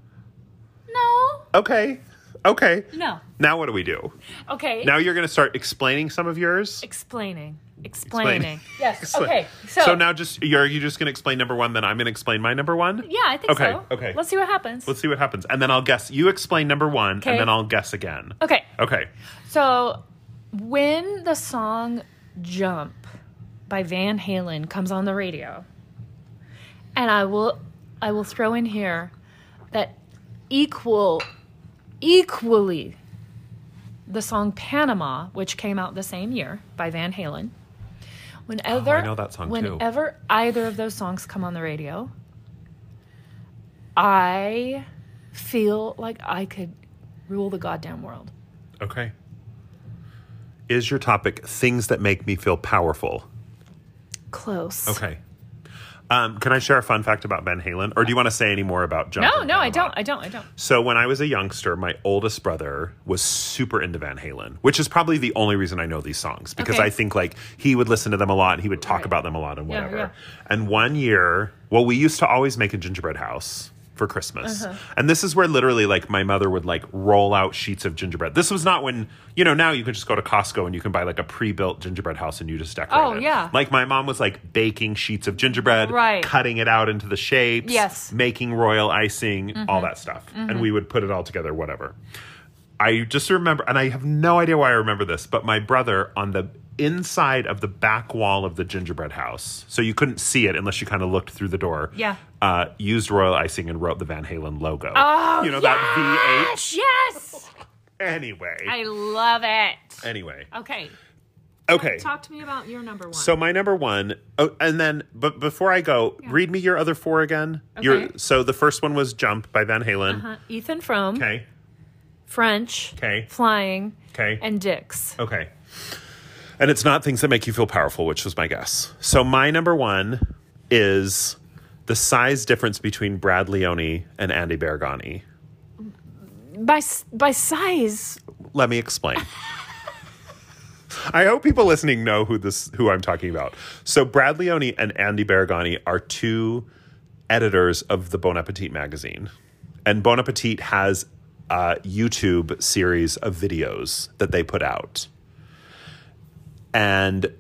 [SPEAKER 1] no.
[SPEAKER 2] Okay. Okay.
[SPEAKER 1] No.
[SPEAKER 2] Now what do we do?
[SPEAKER 1] Okay.
[SPEAKER 2] Now you're going to start explaining some of yours.
[SPEAKER 1] explaining. Explaining. Yes.
[SPEAKER 2] Explain.
[SPEAKER 1] Okay. So,
[SPEAKER 2] now just you're you just going to explain number 1 then I'm going to explain my number 1?
[SPEAKER 1] Yeah, I think
[SPEAKER 2] Okay,
[SPEAKER 1] so.
[SPEAKER 2] okay.
[SPEAKER 1] Let's see what happens.
[SPEAKER 2] Let's see what happens. And then I'll guess. You explain number 1
[SPEAKER 1] Okay.
[SPEAKER 2] and then I'll guess again.
[SPEAKER 1] okay.
[SPEAKER 2] Okay.
[SPEAKER 1] So when the song Jump by Van Halen comes on the radio, and I will I will throw in here that equal equally the song Panama, which came out the same year by Van Halen. Whenever
[SPEAKER 2] Oh, know that song too.
[SPEAKER 1] whenever either of those songs come on the radio, I feel like I could rule the goddamn world.
[SPEAKER 2] Okay. Is your topic things that make me feel powerful?
[SPEAKER 1] Close.
[SPEAKER 2] Okay. Um, can I share a fun fact about Ben Halen? Or do you want to say any more about John?
[SPEAKER 1] No, no, I don't. I don't. I don't.
[SPEAKER 2] So when I was a youngster, my oldest brother was super into Van Halen, which is probably the only reason I know these songs because
[SPEAKER 1] Okay.
[SPEAKER 2] I think like he would listen to them a lot and he would talk
[SPEAKER 1] Right.
[SPEAKER 2] about them a lot and
[SPEAKER 1] Yeah,
[SPEAKER 2] whatever.
[SPEAKER 1] yeah.
[SPEAKER 2] And one year, well, we used to always make a gingerbread house for Christmas.
[SPEAKER 1] Uh-huh.
[SPEAKER 2] And this is where literally like my mother would like roll out sheets of gingerbread. This was not when, you know, now you can just go to Costco and you can buy like a pre-built gingerbread house and you just decorate
[SPEAKER 1] Oh,
[SPEAKER 2] it.
[SPEAKER 1] yeah.
[SPEAKER 2] Like my mom was like baking sheets of gingerbread,
[SPEAKER 1] Right.
[SPEAKER 2] cutting it out into the shapes,
[SPEAKER 1] Yes. Mm-hmm.
[SPEAKER 2] making royal icing, all that stuff. And we would put it all together, whatever. I just remember, and I have no idea why I remember this, but my brother on the inside of the back wall of the gingerbread house, so you couldn't see it unless you kind of looked through the door.
[SPEAKER 1] Yeah.
[SPEAKER 2] Uh, used royal icing and wrote the Van Halen logo.
[SPEAKER 1] Oh,
[SPEAKER 2] you know that V8.
[SPEAKER 1] Yes,
[SPEAKER 2] Anyway,
[SPEAKER 1] I love it.
[SPEAKER 2] anyway,
[SPEAKER 1] Okay,
[SPEAKER 2] okay.
[SPEAKER 1] talk to me about your number one.
[SPEAKER 2] So my number one, oh, and then, but before I go, read me your other four again. Your
[SPEAKER 1] Okay.
[SPEAKER 2] so the first one was "Jump" by Van Halen.
[SPEAKER 1] uh, Ethan Frome,
[SPEAKER 2] Okay,
[SPEAKER 1] French,
[SPEAKER 2] okay,
[SPEAKER 1] flying,
[SPEAKER 2] okay,
[SPEAKER 1] and Dix.
[SPEAKER 2] okay. And it's not things that make you feel powerful, which was my guess. So my number one is the size difference between Brad Leone and Andy Bergani.
[SPEAKER 1] By s- by size,
[SPEAKER 2] Let me explain. I hope people listening know who this who I'm talking about. So Brad Leone and Andy Baragani are two editors of the Bon Appetit magazine. And Bon Appetit has a YouTube series of videos that they put out. And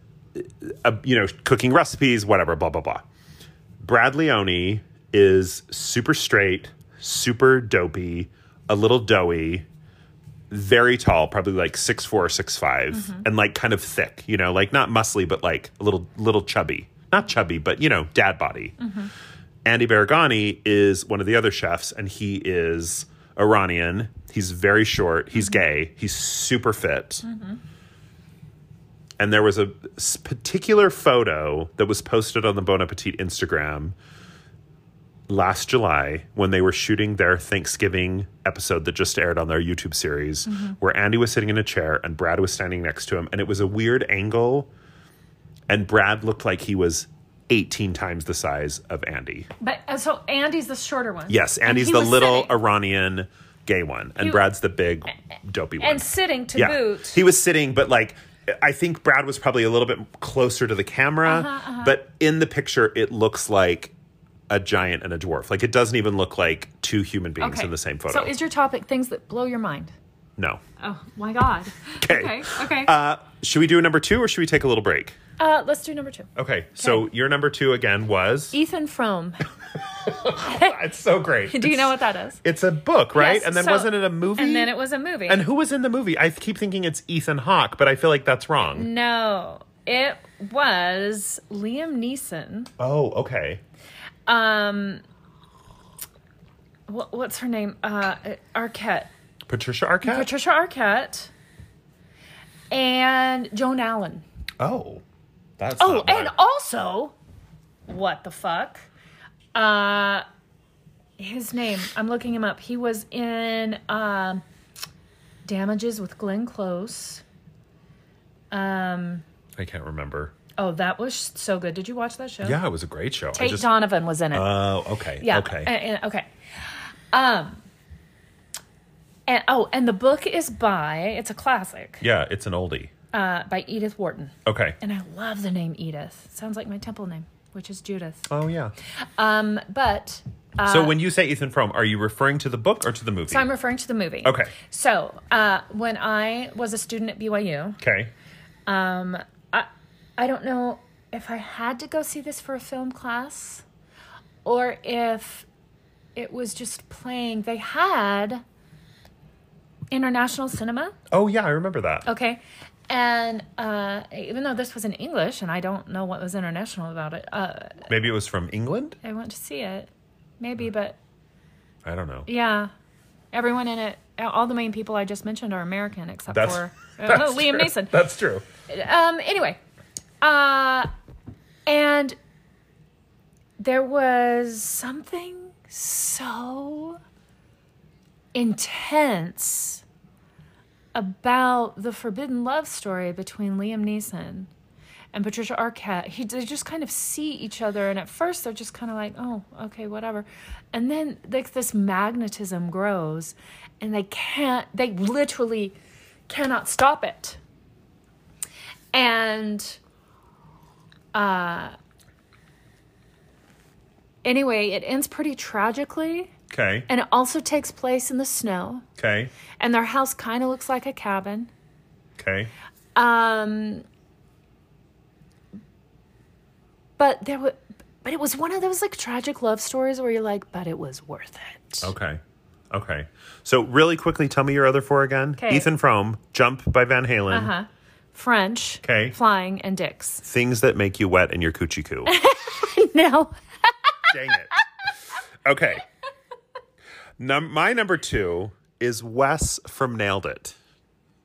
[SPEAKER 2] uh, you know, cooking recipes, whatever, blah blah blah. Brad Leone is super straight, super dopey, a little doughy, very tall, probably like six four, six five, and like kind of thick, you know, like not muscly, but like a little little chubby. Not chubby, but you know, dad body. Andy Baragani is one of the other chefs, and he is Iranian. He's very short. He's gay. He's super fit. And there was a s- particular photo that was posted on the Bon Appetit Instagram last July when they were shooting their Thanksgiving episode that just aired on their YouTube series,
[SPEAKER 1] Mm-hmm.
[SPEAKER 2] where Andy was sitting in a chair and Brad was standing next to him. And it was a weird angle. And Brad looked like he was 18 times the size of Andy.
[SPEAKER 1] but uh, so Andy's the shorter one.
[SPEAKER 2] Yes,
[SPEAKER 1] And
[SPEAKER 2] Andy's
[SPEAKER 1] he
[SPEAKER 2] the
[SPEAKER 1] was
[SPEAKER 2] little
[SPEAKER 1] sitting-
[SPEAKER 2] Iranian gay one, and
[SPEAKER 1] He-
[SPEAKER 2] Brad's the big dopey one.
[SPEAKER 1] and sitting to boot.
[SPEAKER 2] He was sitting, but like I think Brad was probably a little bit closer to the camera,
[SPEAKER 1] Uh-huh,
[SPEAKER 2] but in the picture it looks like a giant and a dwarf. Like it doesn't even look like two human beings in the same photo.
[SPEAKER 1] So is your topic things that blow your mind?
[SPEAKER 2] no.
[SPEAKER 1] Oh my god.
[SPEAKER 2] 'Kay.
[SPEAKER 1] Okay. Okay.
[SPEAKER 2] Uh, should we do a number two or should we take a little break?
[SPEAKER 1] Uh, let's do number two.
[SPEAKER 2] Okay. So your number two again was
[SPEAKER 1] Ethan Frome.
[SPEAKER 2] it's so great.
[SPEAKER 1] Do you
[SPEAKER 2] It's-
[SPEAKER 1] know what that is?
[SPEAKER 2] It's a book, right?
[SPEAKER 1] Yes,
[SPEAKER 2] and then
[SPEAKER 1] so-
[SPEAKER 2] wasn't it a movie?
[SPEAKER 1] And then it was a movie.
[SPEAKER 2] And who was in the movie? I keep thinking it's Ethan Hawke, but I feel like that's
[SPEAKER 1] Mm.
[SPEAKER 2] wrong.
[SPEAKER 1] no, it was Liam Neeson.
[SPEAKER 2] Oh, okay.
[SPEAKER 1] um what, what's her name uh arquette
[SPEAKER 2] Patricia Arquette.
[SPEAKER 1] patricia arquette and joan allen
[SPEAKER 2] oh, that's.
[SPEAKER 1] oh
[SPEAKER 2] not
[SPEAKER 1] and
[SPEAKER 2] right.
[SPEAKER 1] also what the fuck uh his name i'm looking him up he was in um damages with glenn close um
[SPEAKER 2] I can't remember.
[SPEAKER 1] oh that was so good did you watch that show
[SPEAKER 2] Yeah, it was a great show. I
[SPEAKER 1] tate
[SPEAKER 2] just.
[SPEAKER 1] donovan was in it
[SPEAKER 2] Oh, okay.
[SPEAKER 1] Oh. Yeah. uh,
[SPEAKER 2] Okay.
[SPEAKER 1] And, and- okay. Um. And oh, and the book is by it's a classic
[SPEAKER 2] yeah, it's an oldie.
[SPEAKER 1] uh, by Edith Wharton,
[SPEAKER 2] Okay.
[SPEAKER 1] and I love the name Edith. Sounds like my temple name, which is Judith.
[SPEAKER 2] Oh yeah.
[SPEAKER 1] Um, but
[SPEAKER 2] so when you say Ethan Frome, are you referring to the book or to the movie?
[SPEAKER 1] So I'm referring to the movie.
[SPEAKER 2] Okay.
[SPEAKER 1] So uh, when I was a student at BYU,
[SPEAKER 2] okay.
[SPEAKER 1] Um, I don't know if I had to go see this for a film class or if it was just playing. They had international cinema.
[SPEAKER 2] Oh yeah, I remember that.
[SPEAKER 1] Okay. And uh, even though this was in English and I don't know what was international about it, uh,
[SPEAKER 2] Maybe it was from England.
[SPEAKER 1] I went to see it. Maybe, but
[SPEAKER 2] I don't know.
[SPEAKER 1] yeah. Everyone in it, all the main people I just mentioned are American except
[SPEAKER 2] That's,
[SPEAKER 1] for uh,
[SPEAKER 2] that's
[SPEAKER 1] Liam
[SPEAKER 2] true.
[SPEAKER 1] Neeson.
[SPEAKER 2] That's true.
[SPEAKER 1] Um. Anyway, uh, and there was something so intense about the forbidden love story between Liam Neeson and Patricia Arquette. He, they just kind of see each other, and at first they're just kind of like, "Oh, okay, whatever," and then like this magnetism grows, and they can't. They literally cannot stop it and uh anyway it ends pretty tragically
[SPEAKER 2] Okay.
[SPEAKER 1] and it also takes place in the snow
[SPEAKER 2] Okay.
[SPEAKER 1] and their house kind of looks like a cabin
[SPEAKER 2] Okay.
[SPEAKER 1] um but there were but it was one of those like tragic love stories where you're like but it was worth it
[SPEAKER 2] Okay. Okay. So really quickly, tell me your other four again.
[SPEAKER 1] 'Kay.
[SPEAKER 2] Ethan Frome, Jump by Van Halen,
[SPEAKER 1] uh-huh french
[SPEAKER 2] 'Kay.
[SPEAKER 1] flying and dicks
[SPEAKER 2] Things That Make You Wet and Your Coochie Coo.
[SPEAKER 1] no
[SPEAKER 2] Dang it. Okay. Num- my number two is Wes from Nailed It.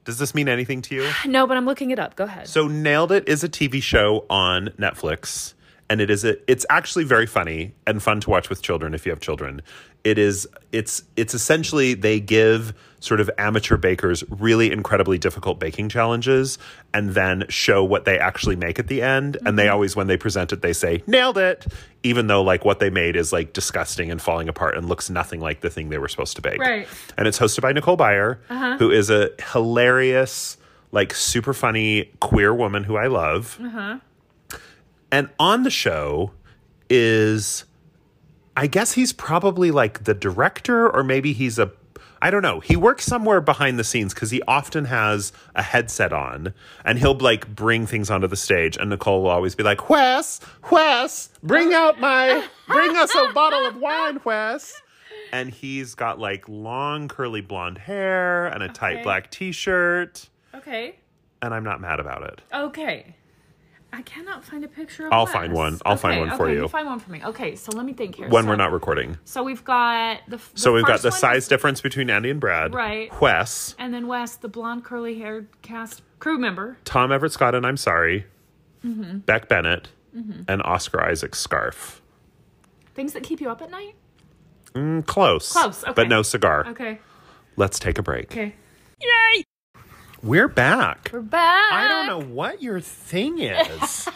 [SPEAKER 2] Does this mean anything to you?
[SPEAKER 1] no but i'm looking it up go ahead
[SPEAKER 2] So Nailed It is a TV show on Netflix and it is a, it's actually very funny and fun to watch with children if you have children. It is it's it's essentially they give sort of amateur bakers really incredibly difficult baking challenges and then show what they actually make at the end and they always when they present it they say nailed it even though like what they made is like disgusting and falling apart and looks nothing like the thing they were supposed to bake.
[SPEAKER 1] Right.
[SPEAKER 2] And it's hosted by Nicole Byer, who is a hilarious, like super funny queer woman who I love. And on the show is, I guess he's probably like the director, or maybe he's a, I don't know. He works somewhere behind the scenes because he often has a headset on and he'll like bring things onto the stage. And Nicole will always be like, Wes, Wes, bring out my, bring us a bottle of wine, Wes. And he's got like long curly blonde hair and a tight
[SPEAKER 1] Okay.
[SPEAKER 2] black t shirt.
[SPEAKER 1] okay
[SPEAKER 2] And I'm not mad about it.
[SPEAKER 1] Okay. I cannot find a picture of
[SPEAKER 2] I'll
[SPEAKER 1] Wes.
[SPEAKER 2] find one. I'll find
[SPEAKER 1] Okay,
[SPEAKER 2] one for
[SPEAKER 1] okay,
[SPEAKER 2] you.
[SPEAKER 1] Find one for me. Okay, so let me think here.
[SPEAKER 2] When
[SPEAKER 1] so,
[SPEAKER 2] we're not recording.
[SPEAKER 1] So we've got the. f- the
[SPEAKER 2] So we've got
[SPEAKER 1] first
[SPEAKER 2] the
[SPEAKER 1] one
[SPEAKER 2] size
[SPEAKER 1] is-
[SPEAKER 2] difference between Andy and Brad.
[SPEAKER 1] Right.
[SPEAKER 2] Wes,
[SPEAKER 1] And then Wes, the blonde, curly haired cast crew member.
[SPEAKER 2] Tom Everett Scott, and I'm sorry.
[SPEAKER 1] Mm-hmm.
[SPEAKER 2] Beck Bennett and Oscar Isaac Scarf.
[SPEAKER 1] Things that keep you up at night?
[SPEAKER 2] Mm, close.
[SPEAKER 1] Close, okay.
[SPEAKER 2] But no cigar.
[SPEAKER 1] Okay.
[SPEAKER 2] Let's take a break.
[SPEAKER 1] Okay.
[SPEAKER 2] We're back.
[SPEAKER 1] We're back.
[SPEAKER 2] I don't know what your thing is.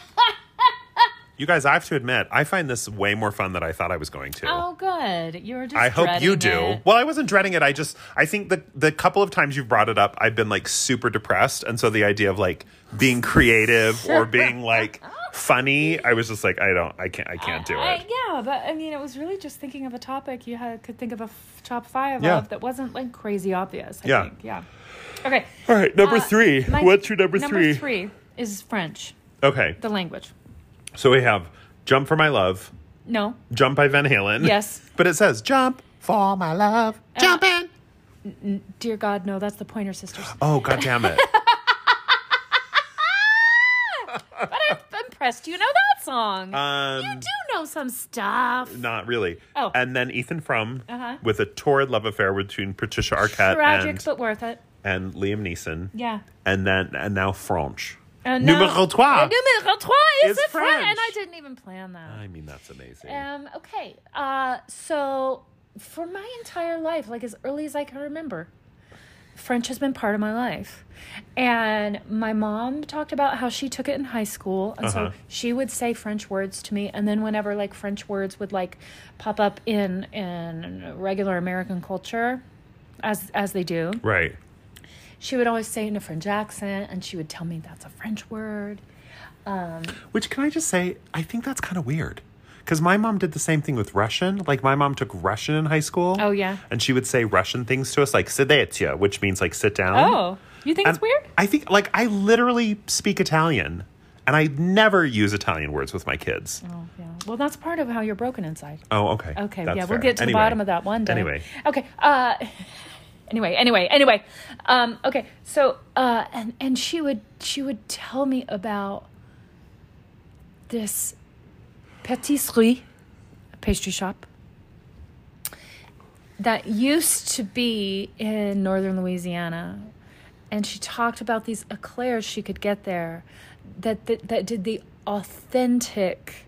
[SPEAKER 2] you guys, I have to admit, I find this way more fun than I thought I was going to.
[SPEAKER 1] Oh, good. You were just.
[SPEAKER 2] I hope you
[SPEAKER 1] dreading
[SPEAKER 2] do.
[SPEAKER 1] it.
[SPEAKER 2] Well, I wasn't dreading it. I just I think the the couple of times you've brought it up, I've been like super depressed, and so the idea of like being creative or being like funny, I was just like, I don't, I can't, I can't do
[SPEAKER 1] I-
[SPEAKER 2] it.
[SPEAKER 1] yeah, but I mean, it was really just thinking of a topic you had, could think of a f- top five
[SPEAKER 2] Yeah.
[SPEAKER 1] of that wasn't like crazy obvious. I
[SPEAKER 2] Yeah.
[SPEAKER 1] think. Yeah. Okay.
[SPEAKER 2] All right, number
[SPEAKER 1] Uh,
[SPEAKER 2] three.
[SPEAKER 1] my-
[SPEAKER 2] What's your number, three?
[SPEAKER 1] Number three is French,
[SPEAKER 2] Okay,
[SPEAKER 1] the language.
[SPEAKER 2] so we have "Jump for My Love,"
[SPEAKER 1] No.
[SPEAKER 2] "Jump" by Van Halen.
[SPEAKER 1] Yes. Uh,
[SPEAKER 2] but it says "Jump for My Love," jumping.
[SPEAKER 1] Dear God, no, that's the Pointer Sisters.
[SPEAKER 2] Oh god damn it!
[SPEAKER 1] But I'm impressed you know that song. you
[SPEAKER 2] Um,
[SPEAKER 1] do know some stuff.
[SPEAKER 2] not really.
[SPEAKER 1] Oh.
[SPEAKER 2] and then Ethan Frome
[SPEAKER 1] Uh-huh.
[SPEAKER 2] with a torrid love affair between Patricia Arquette
[SPEAKER 1] Tragic,
[SPEAKER 2] and
[SPEAKER 1] but worth it.
[SPEAKER 2] and Liam Neeson.
[SPEAKER 1] Yeah.
[SPEAKER 2] And then and now French.
[SPEAKER 1] And
[SPEAKER 2] Numéro trois
[SPEAKER 1] Uh, Numero trois is,
[SPEAKER 2] is
[SPEAKER 1] a French.
[SPEAKER 2] French.
[SPEAKER 1] And I didn't even plan that.
[SPEAKER 2] I mean that's amazing.
[SPEAKER 1] Um, okay. Uh, so for my entire life, like as early as I can remember, French has been part of my life. And my mom talked about how she took it in high school. And
[SPEAKER 2] Uh-huh.
[SPEAKER 1] so she would say French words to me. And then whenever like French words would like pop up in, in regular American culture, as, as they do,
[SPEAKER 2] right.
[SPEAKER 1] she would always say it in a French accent. And she would tell me that's a French word. Um,
[SPEAKER 2] Which can I just say I think that's kind of weird. Because my mom did the same thing with Russian. Like my mom took Russian in high school.
[SPEAKER 1] Oh, yeah.
[SPEAKER 2] And she would say Russian things to us like "sedetia," which means like sit down.
[SPEAKER 1] Oh, you think it's
[SPEAKER 2] And
[SPEAKER 1] weird?
[SPEAKER 2] I think like I literally speak Italian, and I never use Italian words with my kids.
[SPEAKER 1] Oh, yeah. Well, that's part of how you're broken inside.
[SPEAKER 2] Oh, okay.
[SPEAKER 1] Okay,
[SPEAKER 2] That's
[SPEAKER 1] yeah,
[SPEAKER 2] fair.
[SPEAKER 1] we'll get to
[SPEAKER 2] Anyway.
[SPEAKER 1] the bottom of that one day.
[SPEAKER 2] Anyway,
[SPEAKER 1] Okay. Uh anyway, anyway, anyway. Um okay. So, uh and and she would she would tell me about this patisserie pastry shop that used to be in northern Louisiana. And she talked about these eclairs she could get there that that, that did the authentic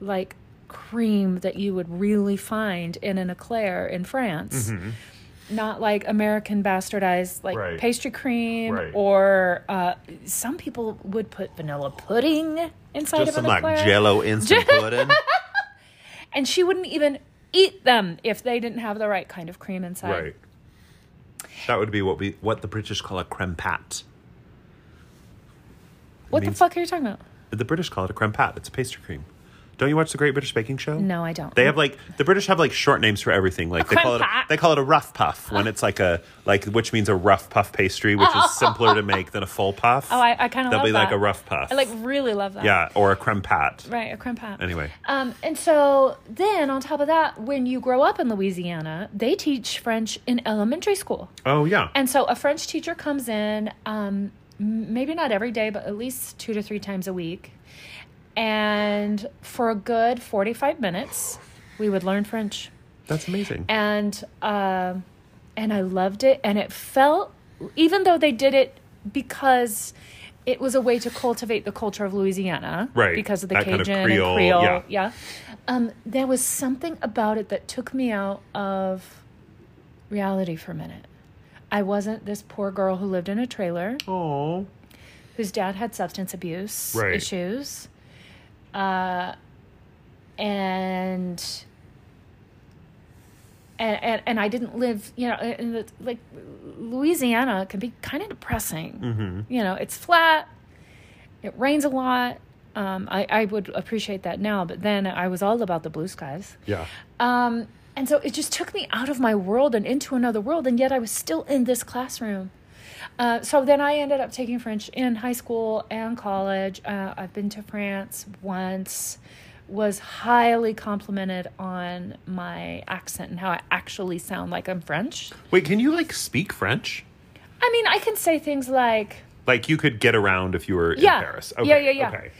[SPEAKER 1] like cream that you would really find in an eclair in France. Not like American bastardized like
[SPEAKER 2] Mm-hmm. Right.
[SPEAKER 1] pastry cream
[SPEAKER 2] Right.
[SPEAKER 1] or uh, some people would put vanilla pudding inside
[SPEAKER 2] just
[SPEAKER 1] of
[SPEAKER 2] some
[SPEAKER 1] an
[SPEAKER 2] like
[SPEAKER 1] eclair.
[SPEAKER 2] Jello instant pudding.
[SPEAKER 1] and she wouldn't even eat them if they didn't have the right kind of cream inside.
[SPEAKER 2] Right. That would be what we what the British call a creme pat.
[SPEAKER 1] What the
[SPEAKER 2] means-
[SPEAKER 1] fuck are you talking about?
[SPEAKER 2] The British call it a creme pat. It's a pastry cream. Don't you watch the Great British Baking Show?
[SPEAKER 1] No, I don't.
[SPEAKER 2] They have like the British have like short names for everything. Like they call it
[SPEAKER 1] creme pat.
[SPEAKER 2] they call it a rough puff when it's like a like which means a rough puff pastry, which is simpler to make than a full puff.
[SPEAKER 1] Oh, I, I kind of
[SPEAKER 2] That'll
[SPEAKER 1] love
[SPEAKER 2] be like
[SPEAKER 1] that.
[SPEAKER 2] a rough puff.
[SPEAKER 1] I like really love that.
[SPEAKER 2] yeah, or a creme pat.
[SPEAKER 1] Right, a creme pat.
[SPEAKER 2] Anyway,
[SPEAKER 1] Um, and so then on top of that, when you grow up in Louisiana, they teach French in elementary school.
[SPEAKER 2] oh yeah,
[SPEAKER 1] And so a French teacher comes in, um, m- maybe not every day, but at least two to three times a week. And for a good 45 minutes, we would learn French.
[SPEAKER 2] that's amazing.
[SPEAKER 1] And, um and I loved it. And it felt, even though they did it because it was a way to cultivate the culture of Louisiana.
[SPEAKER 2] Right.
[SPEAKER 1] Because of the
[SPEAKER 2] That kind
[SPEAKER 1] Cajun
[SPEAKER 2] of Creole,
[SPEAKER 1] and Creole.
[SPEAKER 2] yeah.
[SPEAKER 1] yeah. Um, there was something about it that took me out of reality for a minute. I wasn't this poor girl who lived in a trailer,
[SPEAKER 2] Oh,
[SPEAKER 1] whose dad had substance abuse
[SPEAKER 2] Right.
[SPEAKER 1] issues. Uh, and, and and and I didn't live, you know, in the, like Louisiana can be kind of depressing.
[SPEAKER 2] Mm-hmm.
[SPEAKER 1] You know, it's flat, it rains a lot. Um, I, I would appreciate that now, but then I was all about the blue skies.
[SPEAKER 2] yeah,
[SPEAKER 1] Um, and so it just took me out of my world and into another world, and yet I was still in this classroom. Uh, so then I ended up taking French in high school and college. Uh, I've been to France once, was highly complimented on my accent and how I actually sound like I'm French.
[SPEAKER 2] Wait, can you like speak French?
[SPEAKER 1] I mean, I can say things like,
[SPEAKER 2] Like you could get around if you were
[SPEAKER 1] Yeah.
[SPEAKER 2] in Paris.
[SPEAKER 1] Yeah, yeah, yeah.
[SPEAKER 2] Okay.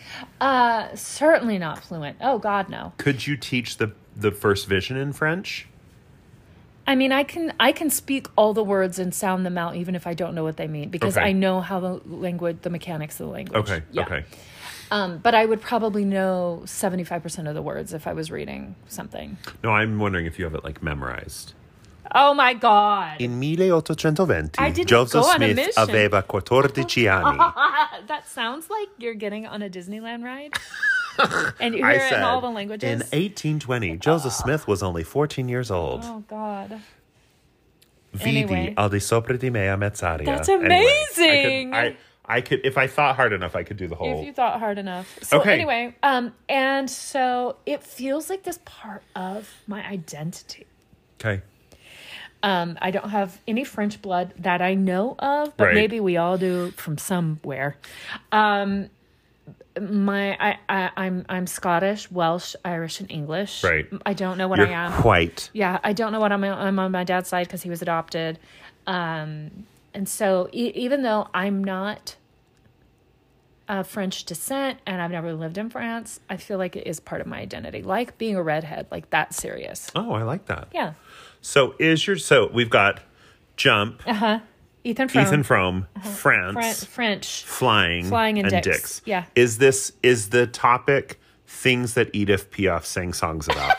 [SPEAKER 1] uh, certainly not fluent. Oh, God, no.
[SPEAKER 2] Could you teach the the first vision in French?
[SPEAKER 1] I mean, I can I can speak all the words and sound them out, even if I don't know what they mean, because
[SPEAKER 2] Okay.
[SPEAKER 1] I know how the language, the mechanics of the language.
[SPEAKER 2] Okay,
[SPEAKER 1] Yeah.
[SPEAKER 2] okay.
[SPEAKER 1] Um, but I would probably know seventy five percent of the words if I was reading something.
[SPEAKER 2] No, I'm wondering if you have it like memorized.
[SPEAKER 1] Oh my god,
[SPEAKER 2] In 1820,
[SPEAKER 1] I didn't Joseph go on a Smith mission. aveva
[SPEAKER 2] 14 anni.
[SPEAKER 1] that sounds like you're getting on a Disneyland ride, and you're in all the languages.
[SPEAKER 2] in 1820, Joseph Smith was only 14 years old.
[SPEAKER 1] oh god,
[SPEAKER 2] Vivi
[SPEAKER 1] anyway.
[SPEAKER 2] al di sopra di mea mezzaria.
[SPEAKER 1] That's amazing.
[SPEAKER 2] I, could, I, I could, if I thought hard enough, I could do the whole.
[SPEAKER 1] if you thought hard enough. So
[SPEAKER 2] Oh. Okay.
[SPEAKER 1] anyway, um, and so it feels like this part of my identity.
[SPEAKER 2] okay.
[SPEAKER 1] Um, I don't have any French blood that I know of, but
[SPEAKER 2] Right.
[SPEAKER 1] maybe we all do from somewhere. Um, my I, I I'm I'm Scottish, Welsh, Irish, and English.
[SPEAKER 2] Right.
[SPEAKER 1] I don't know what
[SPEAKER 2] You're
[SPEAKER 1] I am.
[SPEAKER 2] white.
[SPEAKER 1] Yeah, I don't know what I'm. I'm on my dad's side because he was adopted, um, and so e- even though I'm not of French descent and I've never lived in France, I feel like it is part of my identity, like being a redhead, like that serious.
[SPEAKER 2] Oh, I like that.
[SPEAKER 1] Yeah,
[SPEAKER 2] So is your so we've got jump,
[SPEAKER 1] Uh-huh. Ethan Frome.
[SPEAKER 2] Ethan Frome,
[SPEAKER 1] Uh-huh.
[SPEAKER 2] France,
[SPEAKER 1] Fren- French.
[SPEAKER 2] flying,
[SPEAKER 1] Flying and dicks. Yeah.
[SPEAKER 2] Is this is the topic things that Edith Piaf sang songs about?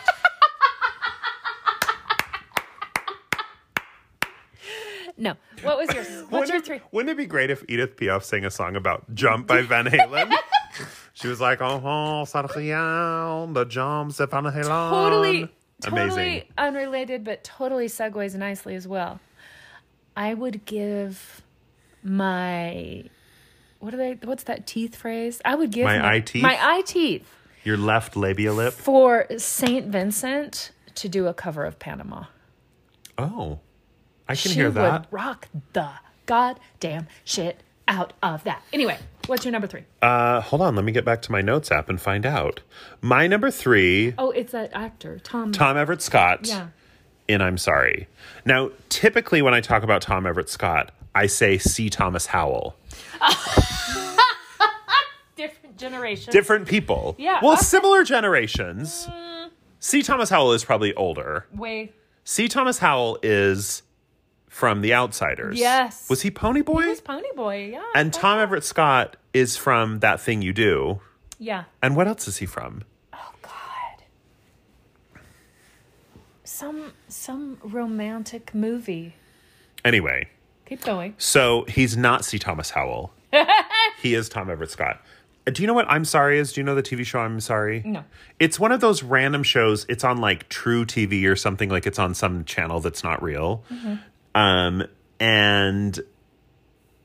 [SPEAKER 1] No. What was your What's
[SPEAKER 2] wouldn't,
[SPEAKER 1] your
[SPEAKER 2] it-
[SPEAKER 1] three?
[SPEAKER 2] wouldn't it be great if Edith Piaf sang a song about Jump by Van Halen? she was like, oh, oh, ça rien, the jumps of Van Halen.
[SPEAKER 1] Totally, totally
[SPEAKER 2] Um, Amazing.
[SPEAKER 1] unrelated, but totally segues nicely as well. I would give my what are they? What's that teeth phrase? I would give
[SPEAKER 2] My eye teeth?
[SPEAKER 1] My eye teeth.
[SPEAKER 2] Your left labia lip.
[SPEAKER 1] for St. Vincent to do a cover of Panama.
[SPEAKER 2] Oh, I can
[SPEAKER 1] she
[SPEAKER 2] hear that.
[SPEAKER 1] would rock the goddamn shit out of that. Anyway, what's your number three?
[SPEAKER 2] Uh, hold on, let me get back to my notes app and find out. My number three,
[SPEAKER 1] oh, it's that actor, Tom.
[SPEAKER 2] Tom Everett Scott.
[SPEAKER 1] Yeah.
[SPEAKER 2] In I'm sorry. Now, typically when I talk about Tom Everett Scott, I say C. Thomas Howell.
[SPEAKER 1] Different generation.
[SPEAKER 2] Different people.
[SPEAKER 1] Yeah, Mm.
[SPEAKER 2] Well,
[SPEAKER 1] okay.
[SPEAKER 2] similar generations. C. Thomas Howell is probably older.
[SPEAKER 1] Way.
[SPEAKER 2] C. Thomas Howell is from The Outsiders.
[SPEAKER 1] Yes.
[SPEAKER 2] Was he Pony Boy?
[SPEAKER 1] Who's Pony Boy? Yeah.
[SPEAKER 2] and Tom Everett Scott is from That Thing You Do.
[SPEAKER 1] yeah.
[SPEAKER 2] And what else is he from?
[SPEAKER 1] God. Some some romantic movie.
[SPEAKER 2] Anyway,
[SPEAKER 1] Keep going.
[SPEAKER 2] so he's not C. Thomas Howell. he is Tom Everett Scott. Uh, Do you know what I'm Sorry is? Do you know the TV show I'm Sorry?
[SPEAKER 1] No.
[SPEAKER 2] It's one of those random shows. It's on like True TV or something, like it's on some channel that's not real. Um, and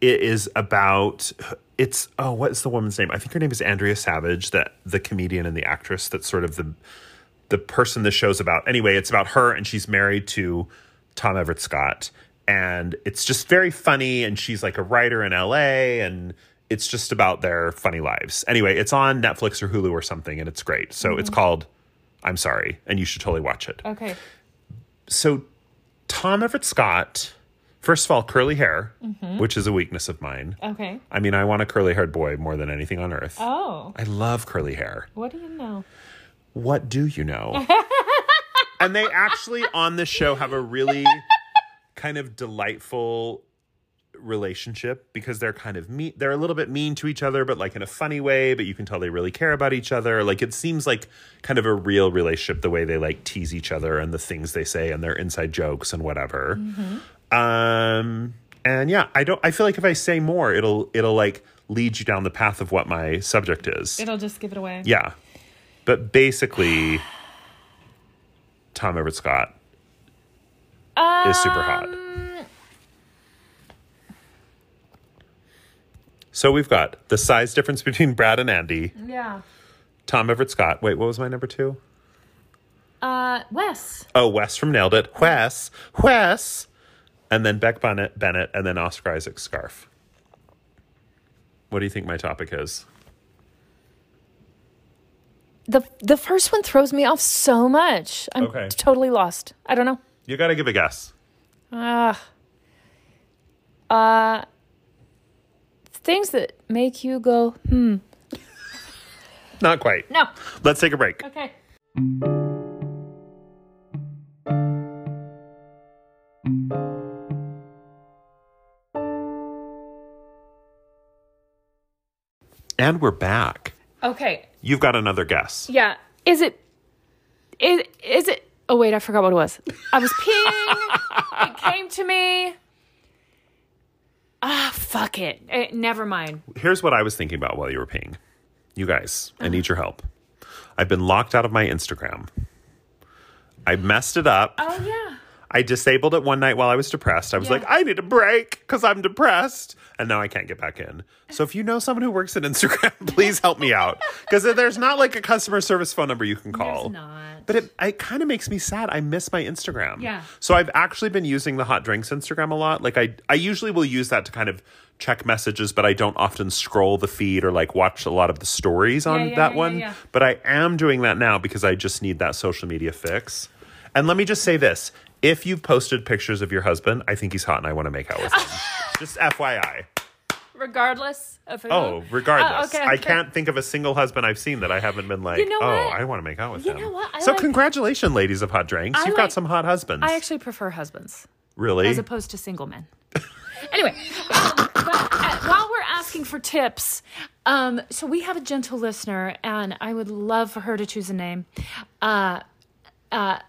[SPEAKER 2] it is about it's oh what's the woman's name i think her name is andrea savage that the comedian and the actress that's sort of the the person the show's about anyway it's about her and she's married to tom everett scott and it's just very funny and she's like a writer in la and it's just about their funny lives anyway it's on netflix or hulu or something and it's great so it's called i'm sorry and you should totally watch it
[SPEAKER 1] Okay.
[SPEAKER 2] so Tom Everett Scott, first of all, curly hair, which is a weakness of mine.
[SPEAKER 1] Okay.
[SPEAKER 2] I mean, I want a curly haired boy more than anything on earth.
[SPEAKER 1] Oh,
[SPEAKER 2] I love curly hair.
[SPEAKER 1] what do you know?
[SPEAKER 2] What do you know? and they actually on this show have a really kind of delightful relationship because they're kind of mean they're a little bit mean to each other but like in a funny way but you can tell they really care about each other like it seems like kind of a real relationship the way they like tease each other and the things they say and their inside jokes and whatever um and yeah i don't i feel like if i say more it'll it'll like lead you down the path of what my subject is
[SPEAKER 1] It'll just give it away.
[SPEAKER 2] yeah. But basically, Tom Everett Scott is
[SPEAKER 1] Um,
[SPEAKER 2] super hot. So we've got the size difference between Brad and Andy,
[SPEAKER 1] Yeah.
[SPEAKER 2] Tom Everett Scott. Wait, what was my number two?
[SPEAKER 1] Uh, Wes.
[SPEAKER 2] Oh, Wes from Nailed It. Wes, Wes. And then Beck Bennett, Bennett, and then Oscar Isaac Scarf. What do you think my topic is?
[SPEAKER 3] The the first one throws me off so much. I'm
[SPEAKER 2] Okay.
[SPEAKER 3] totally lost. I don't know.
[SPEAKER 2] You got to give a guess.
[SPEAKER 3] Ah. uh things that make you go, hmm.
[SPEAKER 2] Not quite.
[SPEAKER 1] No.
[SPEAKER 2] Let's take a break.
[SPEAKER 1] Okay.
[SPEAKER 2] And we're back.
[SPEAKER 1] Okay.
[SPEAKER 2] You've got another guess.
[SPEAKER 3] Yeah. Is it is is it Oh wait, I forgot what it was. I was peeing. it came to me. Ah, fuck it.
[SPEAKER 1] Eh, never mind.
[SPEAKER 2] here's what I was thinking about while you were peeing. You guys, I need your help. I've been locked out of my Instagram. I messed it up.
[SPEAKER 1] Oh yeah.
[SPEAKER 2] I disabled it one night while I was depressed. I was
[SPEAKER 1] Yeah.
[SPEAKER 2] like, I need a break because I'm depressed. And now I can't get back in. So if you know someone who works at Instagram, please help me out. Because there's not like a customer service phone number you can call.
[SPEAKER 1] There's not.
[SPEAKER 2] But it, it kind of makes me sad. I miss my Instagram.
[SPEAKER 1] Yeah.
[SPEAKER 2] So I've actually been using the hot drinks Instagram a lot. Like I, I usually will use that to kind of check messages, but I don't often scroll the feed or like watch a lot of the stories on
[SPEAKER 1] Yeah, yeah,
[SPEAKER 2] that
[SPEAKER 1] yeah,
[SPEAKER 2] one.
[SPEAKER 1] yeah, yeah.
[SPEAKER 2] But I am doing that now because I just need that social media fix. And let me just say this: if you've posted pictures of your husband, I think he's hot, and I want to make out with him. just FYI.
[SPEAKER 1] Regardless of who.
[SPEAKER 2] Oh, regardless,
[SPEAKER 1] Oh, okay,
[SPEAKER 2] I
[SPEAKER 1] okay.
[SPEAKER 2] can't think of a single husband I've seen that I haven't been like,
[SPEAKER 1] You know
[SPEAKER 2] oh,
[SPEAKER 1] what?
[SPEAKER 2] I want to make out with
[SPEAKER 1] You
[SPEAKER 2] him.
[SPEAKER 1] know what? I
[SPEAKER 2] so
[SPEAKER 1] like-
[SPEAKER 2] congratulations, ladies of hot drinks,
[SPEAKER 1] I
[SPEAKER 2] you've
[SPEAKER 1] like-
[SPEAKER 2] got some hot husbands.
[SPEAKER 1] I actually prefer husbands
[SPEAKER 2] really?
[SPEAKER 1] as opposed to single men. anyway, um, but, uh, while we're asking for tips, um, so we have a gentle listener, and I would love for her to choose a name. Uh, uh,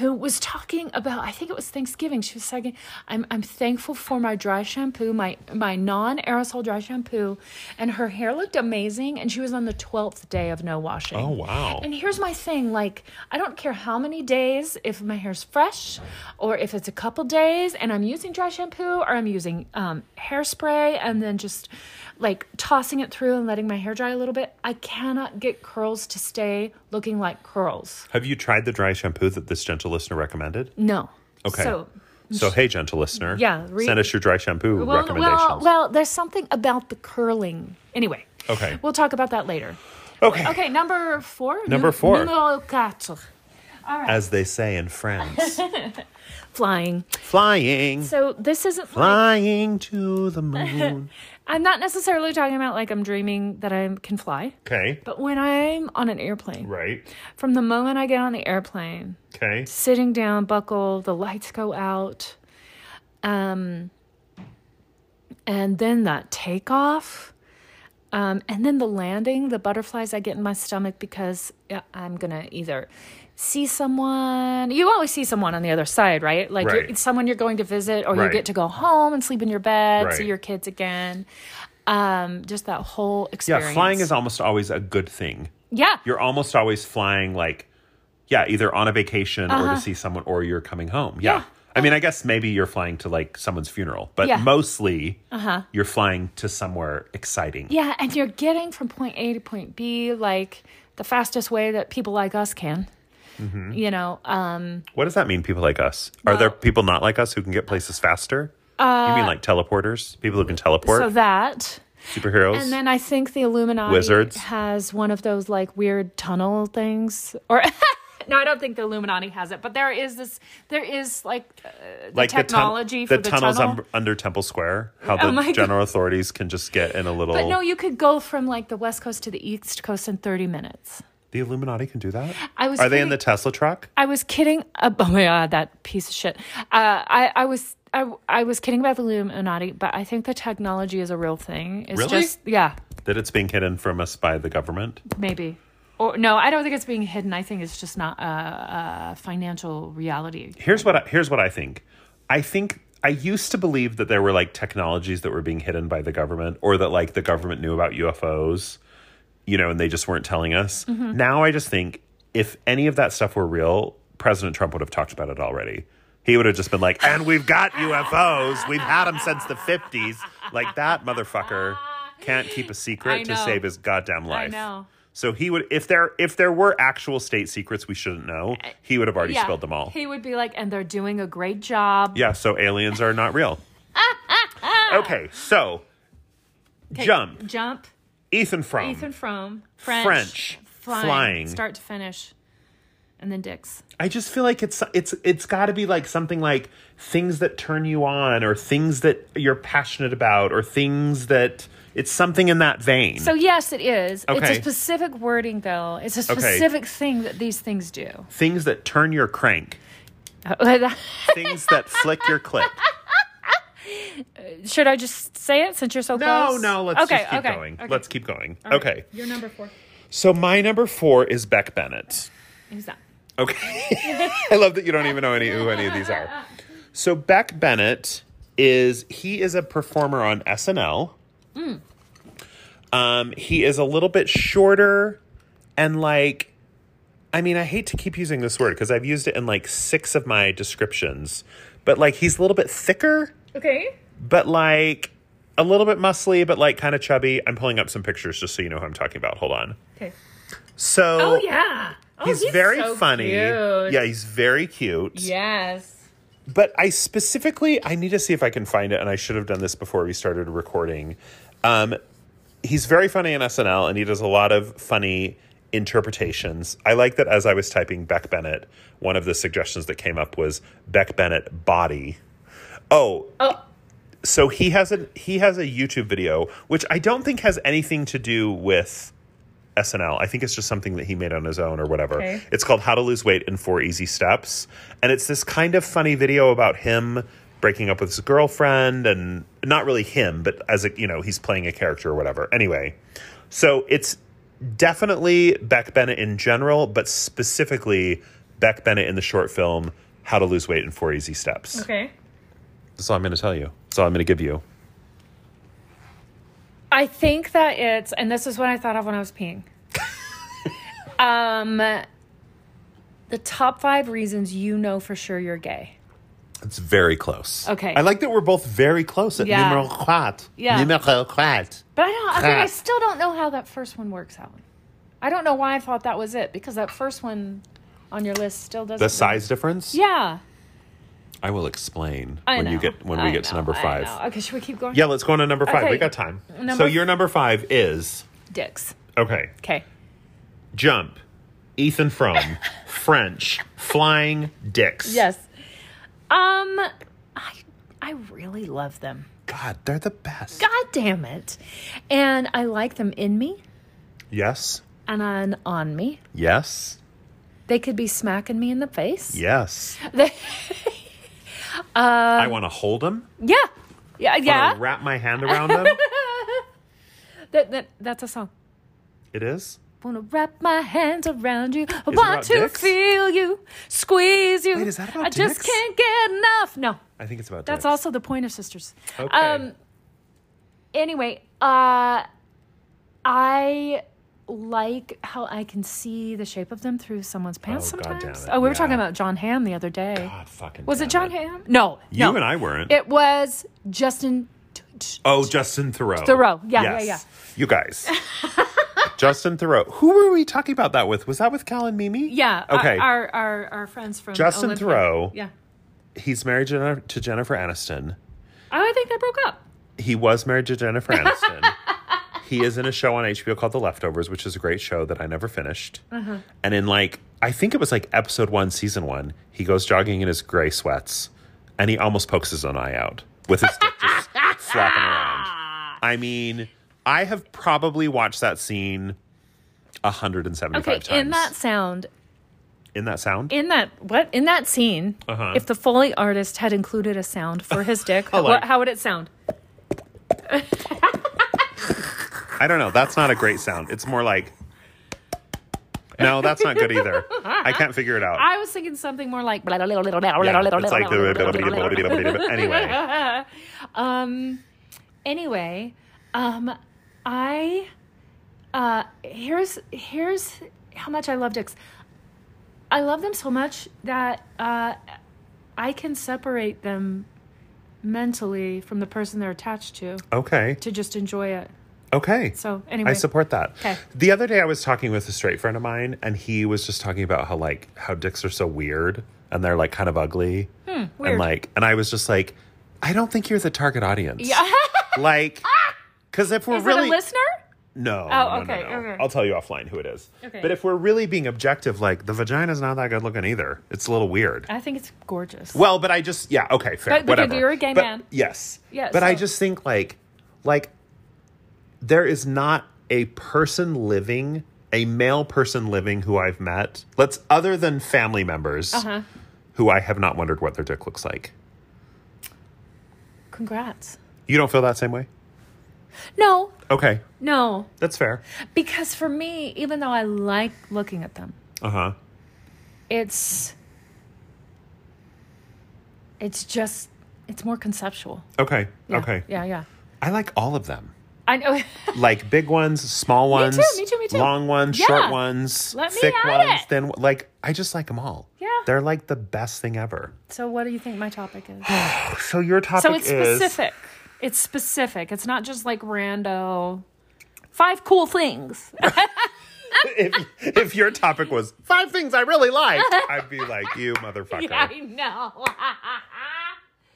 [SPEAKER 1] who was talking about I think it was Thanksgiving. She was saying, "I'm I'm thankful for my dry shampoo, my my non aerosol dry shampoo," and her hair looked amazing. And she was on the twelfth day of no washing.
[SPEAKER 2] Oh, wow.
[SPEAKER 1] And here's my thing: like I don't care how many days, if my hair's fresh, or if it's a couple days, and I'm using dry shampoo or I'm using um, hairspray, and then just like tossing it through and letting my hair dry a little bit. I cannot get curls to stay looking like curls.
[SPEAKER 2] Have you tried the dry shampoo that this gentle listener recommended?
[SPEAKER 1] No.
[SPEAKER 2] Okay.
[SPEAKER 1] So,
[SPEAKER 2] So, hey, gentle listener.
[SPEAKER 1] Yeah, re-
[SPEAKER 2] send us your dry shampoo
[SPEAKER 1] well,
[SPEAKER 2] recommendations.
[SPEAKER 1] well, well, there's something about the curling. Anyway.
[SPEAKER 2] Okay.
[SPEAKER 1] We'll talk about that later.
[SPEAKER 2] okay.
[SPEAKER 1] Okay, number four.
[SPEAKER 2] Number four.
[SPEAKER 1] Numero quattro.
[SPEAKER 2] As they say in France,
[SPEAKER 1] Flying.
[SPEAKER 2] flying,
[SPEAKER 1] So this isn't. Like,
[SPEAKER 2] flying to the moon.
[SPEAKER 1] I'm not necessarily talking about like I'm dreaming that I can fly,
[SPEAKER 2] Okay.
[SPEAKER 1] but when I'm on an airplane,
[SPEAKER 2] Right.
[SPEAKER 1] from the moment I get on the airplane,
[SPEAKER 2] Okay.
[SPEAKER 1] sitting down, buckle, the lights go out. Um, and then that takeoff. Um, and then the landing, the butterflies I get in my stomach because uh, I'm going to either see someone. You always see someone on the other side, right? Like
[SPEAKER 2] Right.
[SPEAKER 1] You're, it's someone you're going to visit, or you
[SPEAKER 2] Right.
[SPEAKER 1] get to go home and sleep in your bed, see
[SPEAKER 2] Right.
[SPEAKER 1] your kids again. Um, just that whole
[SPEAKER 2] Yeah,
[SPEAKER 1] experience.
[SPEAKER 2] flying is almost always a good thing.
[SPEAKER 1] Yeah.
[SPEAKER 2] You're almost always flying, like, yeah, either on a vacation or to see someone or you're coming home. Yeah.
[SPEAKER 1] Uh-huh. Yeah.
[SPEAKER 2] I mean, I guess maybe you're flying to like someone's funeral, but
[SPEAKER 1] Yeah. Uh-huh.
[SPEAKER 2] mostly you're flying to somewhere exciting.
[SPEAKER 1] Yeah, and you're getting from point A to point B like the fastest way that people like us can.
[SPEAKER 2] Mm-hmm.
[SPEAKER 1] You know, um,
[SPEAKER 2] What does that mean, people like us? Are there people not like us who can get places faster? you mean like teleporters? People who can teleport?
[SPEAKER 1] uh, so that.
[SPEAKER 2] superheroes?
[SPEAKER 1] And then I think the Illuminati
[SPEAKER 2] Wizards.
[SPEAKER 1] has one of those like weird tunnel things, or no, I don't think the Illuminati has it, but there is this, there is like uh, the
[SPEAKER 2] tun-
[SPEAKER 1] technology for the,
[SPEAKER 2] tunnels
[SPEAKER 1] tunnel.
[SPEAKER 2] un- under Temple Square, how
[SPEAKER 1] Oh
[SPEAKER 2] the
[SPEAKER 1] my God.
[SPEAKER 2] general authorities can just get in a little.
[SPEAKER 1] but no, you could go from like the West Coast to the East Coast in 30 minutes.
[SPEAKER 2] the Illuminati can do that.
[SPEAKER 1] I was
[SPEAKER 2] Are they in
[SPEAKER 1] kidding.
[SPEAKER 2] the Tesla truck?
[SPEAKER 1] I was kidding. ab- oh my god, that piece of shit. Uh, I I was I I was kidding about the Illuminati, but I think the technology is a real thing. It's
[SPEAKER 2] Really?
[SPEAKER 1] just yeah,
[SPEAKER 2] That it's being hidden from us by the government.
[SPEAKER 1] maybe. Or no, I don't think it's being hidden. I think it's just not a, a financial reality.
[SPEAKER 2] Here's what I, here's what I think. I think I used to believe that there were like technologies that were being hidden by the government, or that like the government knew about UFOs, you know, and they just weren't telling us.
[SPEAKER 1] Mm-hmm.
[SPEAKER 2] Now I just think if any of that stuff were real, President Trump would have talked about it already. He would have just been like, "And we've got UFOs. We've had them since the '50s. Like that motherfucker can't keep a
[SPEAKER 1] I
[SPEAKER 2] secret to
[SPEAKER 1] know.
[SPEAKER 2] save his goddamn life."
[SPEAKER 1] know.
[SPEAKER 2] So he would, if there if there were actual state secrets we shouldn't know, he would have already
[SPEAKER 1] Uh, yeah,
[SPEAKER 2] spilled them all.
[SPEAKER 1] He would be like, and they're doing a great job.
[SPEAKER 2] Yeah, so aliens are not real. okay, so jump.
[SPEAKER 1] Jump,
[SPEAKER 2] Ethan Frome.
[SPEAKER 1] Ethan Frome, French,
[SPEAKER 2] French,
[SPEAKER 1] flying,
[SPEAKER 2] flying.
[SPEAKER 1] start to finish, and then dicks.
[SPEAKER 2] I just feel like it's it's it's got to be like something like things that turn you on or things that you're passionate about or things that it's something in that vein.
[SPEAKER 1] So yes, it is. It's a
[SPEAKER 2] Okay.
[SPEAKER 1] specific wording, though. It's a
[SPEAKER 2] Okay.
[SPEAKER 1] specific thing that these things do.
[SPEAKER 2] things that turn your crank. Things that flick your clip.
[SPEAKER 1] Should I just say it since you're so
[SPEAKER 2] No,
[SPEAKER 1] close?
[SPEAKER 2] no, let's
[SPEAKER 1] okay,
[SPEAKER 2] just keep
[SPEAKER 1] okay,
[SPEAKER 2] going.
[SPEAKER 1] Okay.
[SPEAKER 2] Let's keep going. Okay.
[SPEAKER 1] Your number four.
[SPEAKER 2] So my number 4 is Beck Bennett.
[SPEAKER 1] Who's that?
[SPEAKER 2] Okay. I love that you don't even know any who any of these are. So Beck Bennett is he is a performer on SNL. Um, he is a little bit shorter and like I mean, I hate to keep using this word because I've used it in like six of my descriptions, but like he's a little bit thicker,
[SPEAKER 1] Okay.
[SPEAKER 2] but like a little bit muscly, but like kind of chubby. I'm pulling up some pictures just so you know who I'm talking about. Hold on.
[SPEAKER 1] Okay.
[SPEAKER 2] So
[SPEAKER 1] Oh yeah. Oh,
[SPEAKER 2] he's, very
[SPEAKER 1] so
[SPEAKER 2] funny.
[SPEAKER 1] cute.
[SPEAKER 2] Yeah, he's very cute.
[SPEAKER 1] Yes.
[SPEAKER 2] But I specifically, I need to see if I can find it, and I should have done this before we started recording. Um, he's very funny in SNL, and he does a lot of funny interpretations. I like that. As I was typing Beck Bennett, one of the suggestions that came up was Beck Bennett body. Oh,
[SPEAKER 1] Oh.
[SPEAKER 2] so he has a he has a YouTube video, which I don't think has anything to do with SNL. I think it's just something that he made on his own or whatever.
[SPEAKER 1] Okay.
[SPEAKER 2] It's called How to Lose Weight in Four Easy Steps. And it's this kind of funny video about him breaking up with his girlfriend and not really him, but as a, you know, he's playing a character or whatever. Anyway, so it's definitely Beck Bennett in general, but specifically Beck Bennett in the short film How to Lose Weight in Four Easy Steps.
[SPEAKER 1] Okay.
[SPEAKER 2] That's all I'm going to tell you. That's all I'm going to give you.
[SPEAKER 1] I think that it's, and this is what I thought of when I was peeing. um, the top five reasons you know for sure you're gay.
[SPEAKER 2] It's very close.
[SPEAKER 1] Okay.
[SPEAKER 4] I like that we're both very close at
[SPEAKER 1] Yeah.
[SPEAKER 4] numero quatre.
[SPEAKER 1] Yeah.
[SPEAKER 4] Numero quatre.
[SPEAKER 1] But I don't. I, mean,
[SPEAKER 2] Ah.
[SPEAKER 1] I
[SPEAKER 4] Crap.
[SPEAKER 1] still don't know how that first one works out. I don't know why I thought that was it because that first one on your list still doesn't.
[SPEAKER 2] The size difference?
[SPEAKER 1] Yeah.
[SPEAKER 2] I will explain
[SPEAKER 1] I
[SPEAKER 2] when
[SPEAKER 1] know.
[SPEAKER 2] you get when
[SPEAKER 1] I
[SPEAKER 2] we get to
[SPEAKER 1] know,
[SPEAKER 2] number
[SPEAKER 1] I
[SPEAKER 2] 5.
[SPEAKER 1] know. Okay, should we keep going?
[SPEAKER 2] Yeah, let's go on to number 5.
[SPEAKER 1] Okay.
[SPEAKER 2] We got time. so
[SPEAKER 1] Number-
[SPEAKER 2] your number 5 is
[SPEAKER 1] Dicks.
[SPEAKER 2] Okay.
[SPEAKER 1] Okay.
[SPEAKER 2] Jump. Ethan Frome. French. Flying dicks.
[SPEAKER 1] Yes. Um, I I really love them.
[SPEAKER 2] God, they're the best.
[SPEAKER 1] God damn it! And I like them in me
[SPEAKER 2] Yes.
[SPEAKER 1] and on on me.
[SPEAKER 2] Yes.
[SPEAKER 1] They could be smacking me in the face.
[SPEAKER 2] Yes.
[SPEAKER 1] They-
[SPEAKER 2] I want to hold them.
[SPEAKER 1] Yeah. Yeah.
[SPEAKER 2] I want
[SPEAKER 1] Yeah.
[SPEAKER 2] to wrap my hand around them.
[SPEAKER 1] That, that that's a song.
[SPEAKER 2] it is.
[SPEAKER 1] Wanna wrap my hands around you. I
[SPEAKER 2] it
[SPEAKER 1] want
[SPEAKER 2] about
[SPEAKER 1] to
[SPEAKER 2] dicks?
[SPEAKER 1] feel you, squeeze you.
[SPEAKER 2] Wait, is that about
[SPEAKER 1] I just
[SPEAKER 2] dicks?
[SPEAKER 1] can't get enough. No,
[SPEAKER 2] I think it's about
[SPEAKER 1] that's
[SPEAKER 2] dicks.
[SPEAKER 1] also the point of sisters.
[SPEAKER 2] Okay.
[SPEAKER 1] Um. Anyway, uh, I like how I can see the shape of them through someone's pants
[SPEAKER 2] Oh, God damn
[SPEAKER 1] sometimes.
[SPEAKER 2] it,
[SPEAKER 1] Oh, we were
[SPEAKER 2] yeah.
[SPEAKER 1] talking about John Hamm the other day.
[SPEAKER 2] God fucking
[SPEAKER 1] was it John
[SPEAKER 2] damn
[SPEAKER 1] Hamm? No,
[SPEAKER 2] You
[SPEAKER 1] no.
[SPEAKER 2] and I weren't.
[SPEAKER 1] It was Justin. T- T-
[SPEAKER 2] oh, Justin Thoreau.
[SPEAKER 1] Thoreau. Yeah, yeah,
[SPEAKER 2] yeah. You guys. Justin Thoreau. Who were we talking about that with? Was that with Cal and Mimi?
[SPEAKER 1] Yeah. our-
[SPEAKER 2] Okay.
[SPEAKER 1] Our our, our friends from
[SPEAKER 2] Justin
[SPEAKER 1] Olympia.
[SPEAKER 2] Thoreau.
[SPEAKER 1] Yeah.
[SPEAKER 2] He's married Jenna- to Jennifer Aniston.
[SPEAKER 1] Oh, I think they broke up.
[SPEAKER 2] He was married to Jennifer Aniston. he is in a show on HBO called The Leftovers, which is a great show that I never finished.
[SPEAKER 1] Uh-huh.
[SPEAKER 2] And in like, I think it was like episode one, season one, he goes jogging in his gray sweats and he almost pokes his own eye out with his dick just flapping around. I mean, I have probably watched that scene 175
[SPEAKER 1] Okay,
[SPEAKER 2] times.
[SPEAKER 1] in that sound,
[SPEAKER 2] in that sound?
[SPEAKER 1] in that what in that scene,
[SPEAKER 2] Uh-huh.
[SPEAKER 1] if the Foley artist had included a sound for his dick,
[SPEAKER 2] Like-
[SPEAKER 1] what, how would it sound?
[SPEAKER 2] I don't know. That's not a great sound. It's more like. No, that's not good either. I can't figure it out.
[SPEAKER 1] I was thinking something more like
[SPEAKER 2] Yeah, it's like the anyway.
[SPEAKER 1] um anyway, um I uh here's here's how much I love dicks. I love them so much that uh I can separate them mentally from the person they're attached to
[SPEAKER 2] Okay.
[SPEAKER 1] to just enjoy it.
[SPEAKER 2] Okay.
[SPEAKER 1] So, anyway.
[SPEAKER 2] I support that.
[SPEAKER 1] Okay.
[SPEAKER 2] The other day I was talking with a straight friend of mine and he was just talking about how like how dicks are so weird and they're like kind of ugly.
[SPEAKER 1] Hmm, weird.
[SPEAKER 2] And like and I was just like I don't think you're the target audience.
[SPEAKER 1] Yeah. Ah!
[SPEAKER 2] Like cuz if we're
[SPEAKER 1] Is it
[SPEAKER 2] really
[SPEAKER 1] a listener?
[SPEAKER 2] No.
[SPEAKER 1] Oh,
[SPEAKER 2] no, no,
[SPEAKER 1] okay,
[SPEAKER 2] no.
[SPEAKER 1] okay.
[SPEAKER 2] I'll tell you offline who it is.
[SPEAKER 1] Okay.
[SPEAKER 2] But if we're really being objective like the vagina's not that good looking either. It's a little weird.
[SPEAKER 1] I think it's gorgeous.
[SPEAKER 2] Well, but I just yeah okay fair
[SPEAKER 1] But- because
[SPEAKER 2] whatever.
[SPEAKER 1] you're a gay
[SPEAKER 2] But-
[SPEAKER 1] man.
[SPEAKER 2] Yes.
[SPEAKER 1] Yeah,
[SPEAKER 2] But I
[SPEAKER 1] so-
[SPEAKER 2] just think like like there is not a person living a male person living who I've met. Let's other than family members
[SPEAKER 1] Uh-huh.
[SPEAKER 2] who I have not wondered what their dick looks like.
[SPEAKER 1] Congrats.
[SPEAKER 2] You don't feel that same way?
[SPEAKER 1] No,
[SPEAKER 2] Okay,
[SPEAKER 1] no.
[SPEAKER 2] that's fair.
[SPEAKER 1] Because for me, even though I like looking at them,
[SPEAKER 2] Uh huh.
[SPEAKER 1] it's it's just it's more conceptual.
[SPEAKER 2] Okay.
[SPEAKER 1] Yeah.
[SPEAKER 2] Okay.
[SPEAKER 1] Yeah, yeah.
[SPEAKER 2] I like all of them.
[SPEAKER 1] I know.
[SPEAKER 2] Like big ones, small ones,
[SPEAKER 1] me too, me too.
[SPEAKER 2] long ones,
[SPEAKER 1] Yeah.
[SPEAKER 2] short ones,
[SPEAKER 1] Let me
[SPEAKER 2] thick
[SPEAKER 1] at
[SPEAKER 2] ones,
[SPEAKER 1] it.
[SPEAKER 2] thin. Like I just like them all.
[SPEAKER 1] Yeah.
[SPEAKER 2] they're like the best thing ever.
[SPEAKER 1] so what do you think my topic is?
[SPEAKER 2] So your topic
[SPEAKER 1] so it's
[SPEAKER 2] is
[SPEAKER 1] specific. It's specific. It's not just like rando five cool things.
[SPEAKER 2] if, if your topic was five things I really liked, I'd be like, you motherfucker.
[SPEAKER 1] I know.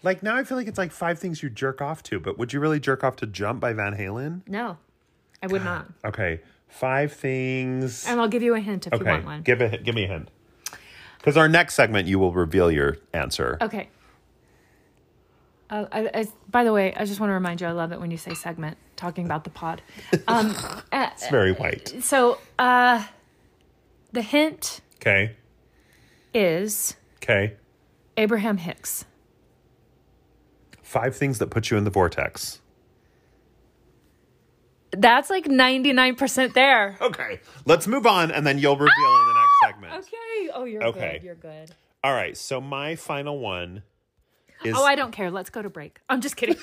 [SPEAKER 2] Like now I feel like it's like five things you jerk off to, but would you really jerk off to Jump by Van Halen?
[SPEAKER 1] no. I would not.
[SPEAKER 2] Okay, five things.
[SPEAKER 1] And I'll give you a hint if you
[SPEAKER 2] Okay,
[SPEAKER 1] want one.
[SPEAKER 2] give a give me a hint. Because our next segment, you will reveal your answer.
[SPEAKER 1] Okay. Uh, I, I, by the way, I just want to remind you, I love it when you say segment, talking about the pod. Um, uh,
[SPEAKER 2] It's very white.
[SPEAKER 1] so uh, the hint
[SPEAKER 2] Okay,
[SPEAKER 1] is
[SPEAKER 2] okay.
[SPEAKER 1] Abraham Hicks.
[SPEAKER 2] Five things that put you in the vortex.
[SPEAKER 1] That's like 99% there.
[SPEAKER 2] Okay, let's move on, and then you'll reveal in the next segment. different.
[SPEAKER 1] Ah! Okay. Oh, you're
[SPEAKER 2] Okay.
[SPEAKER 1] good. You're good.
[SPEAKER 2] All right. So my final one is
[SPEAKER 1] Oh, I don't care. Let's go to break. I'm just kidding.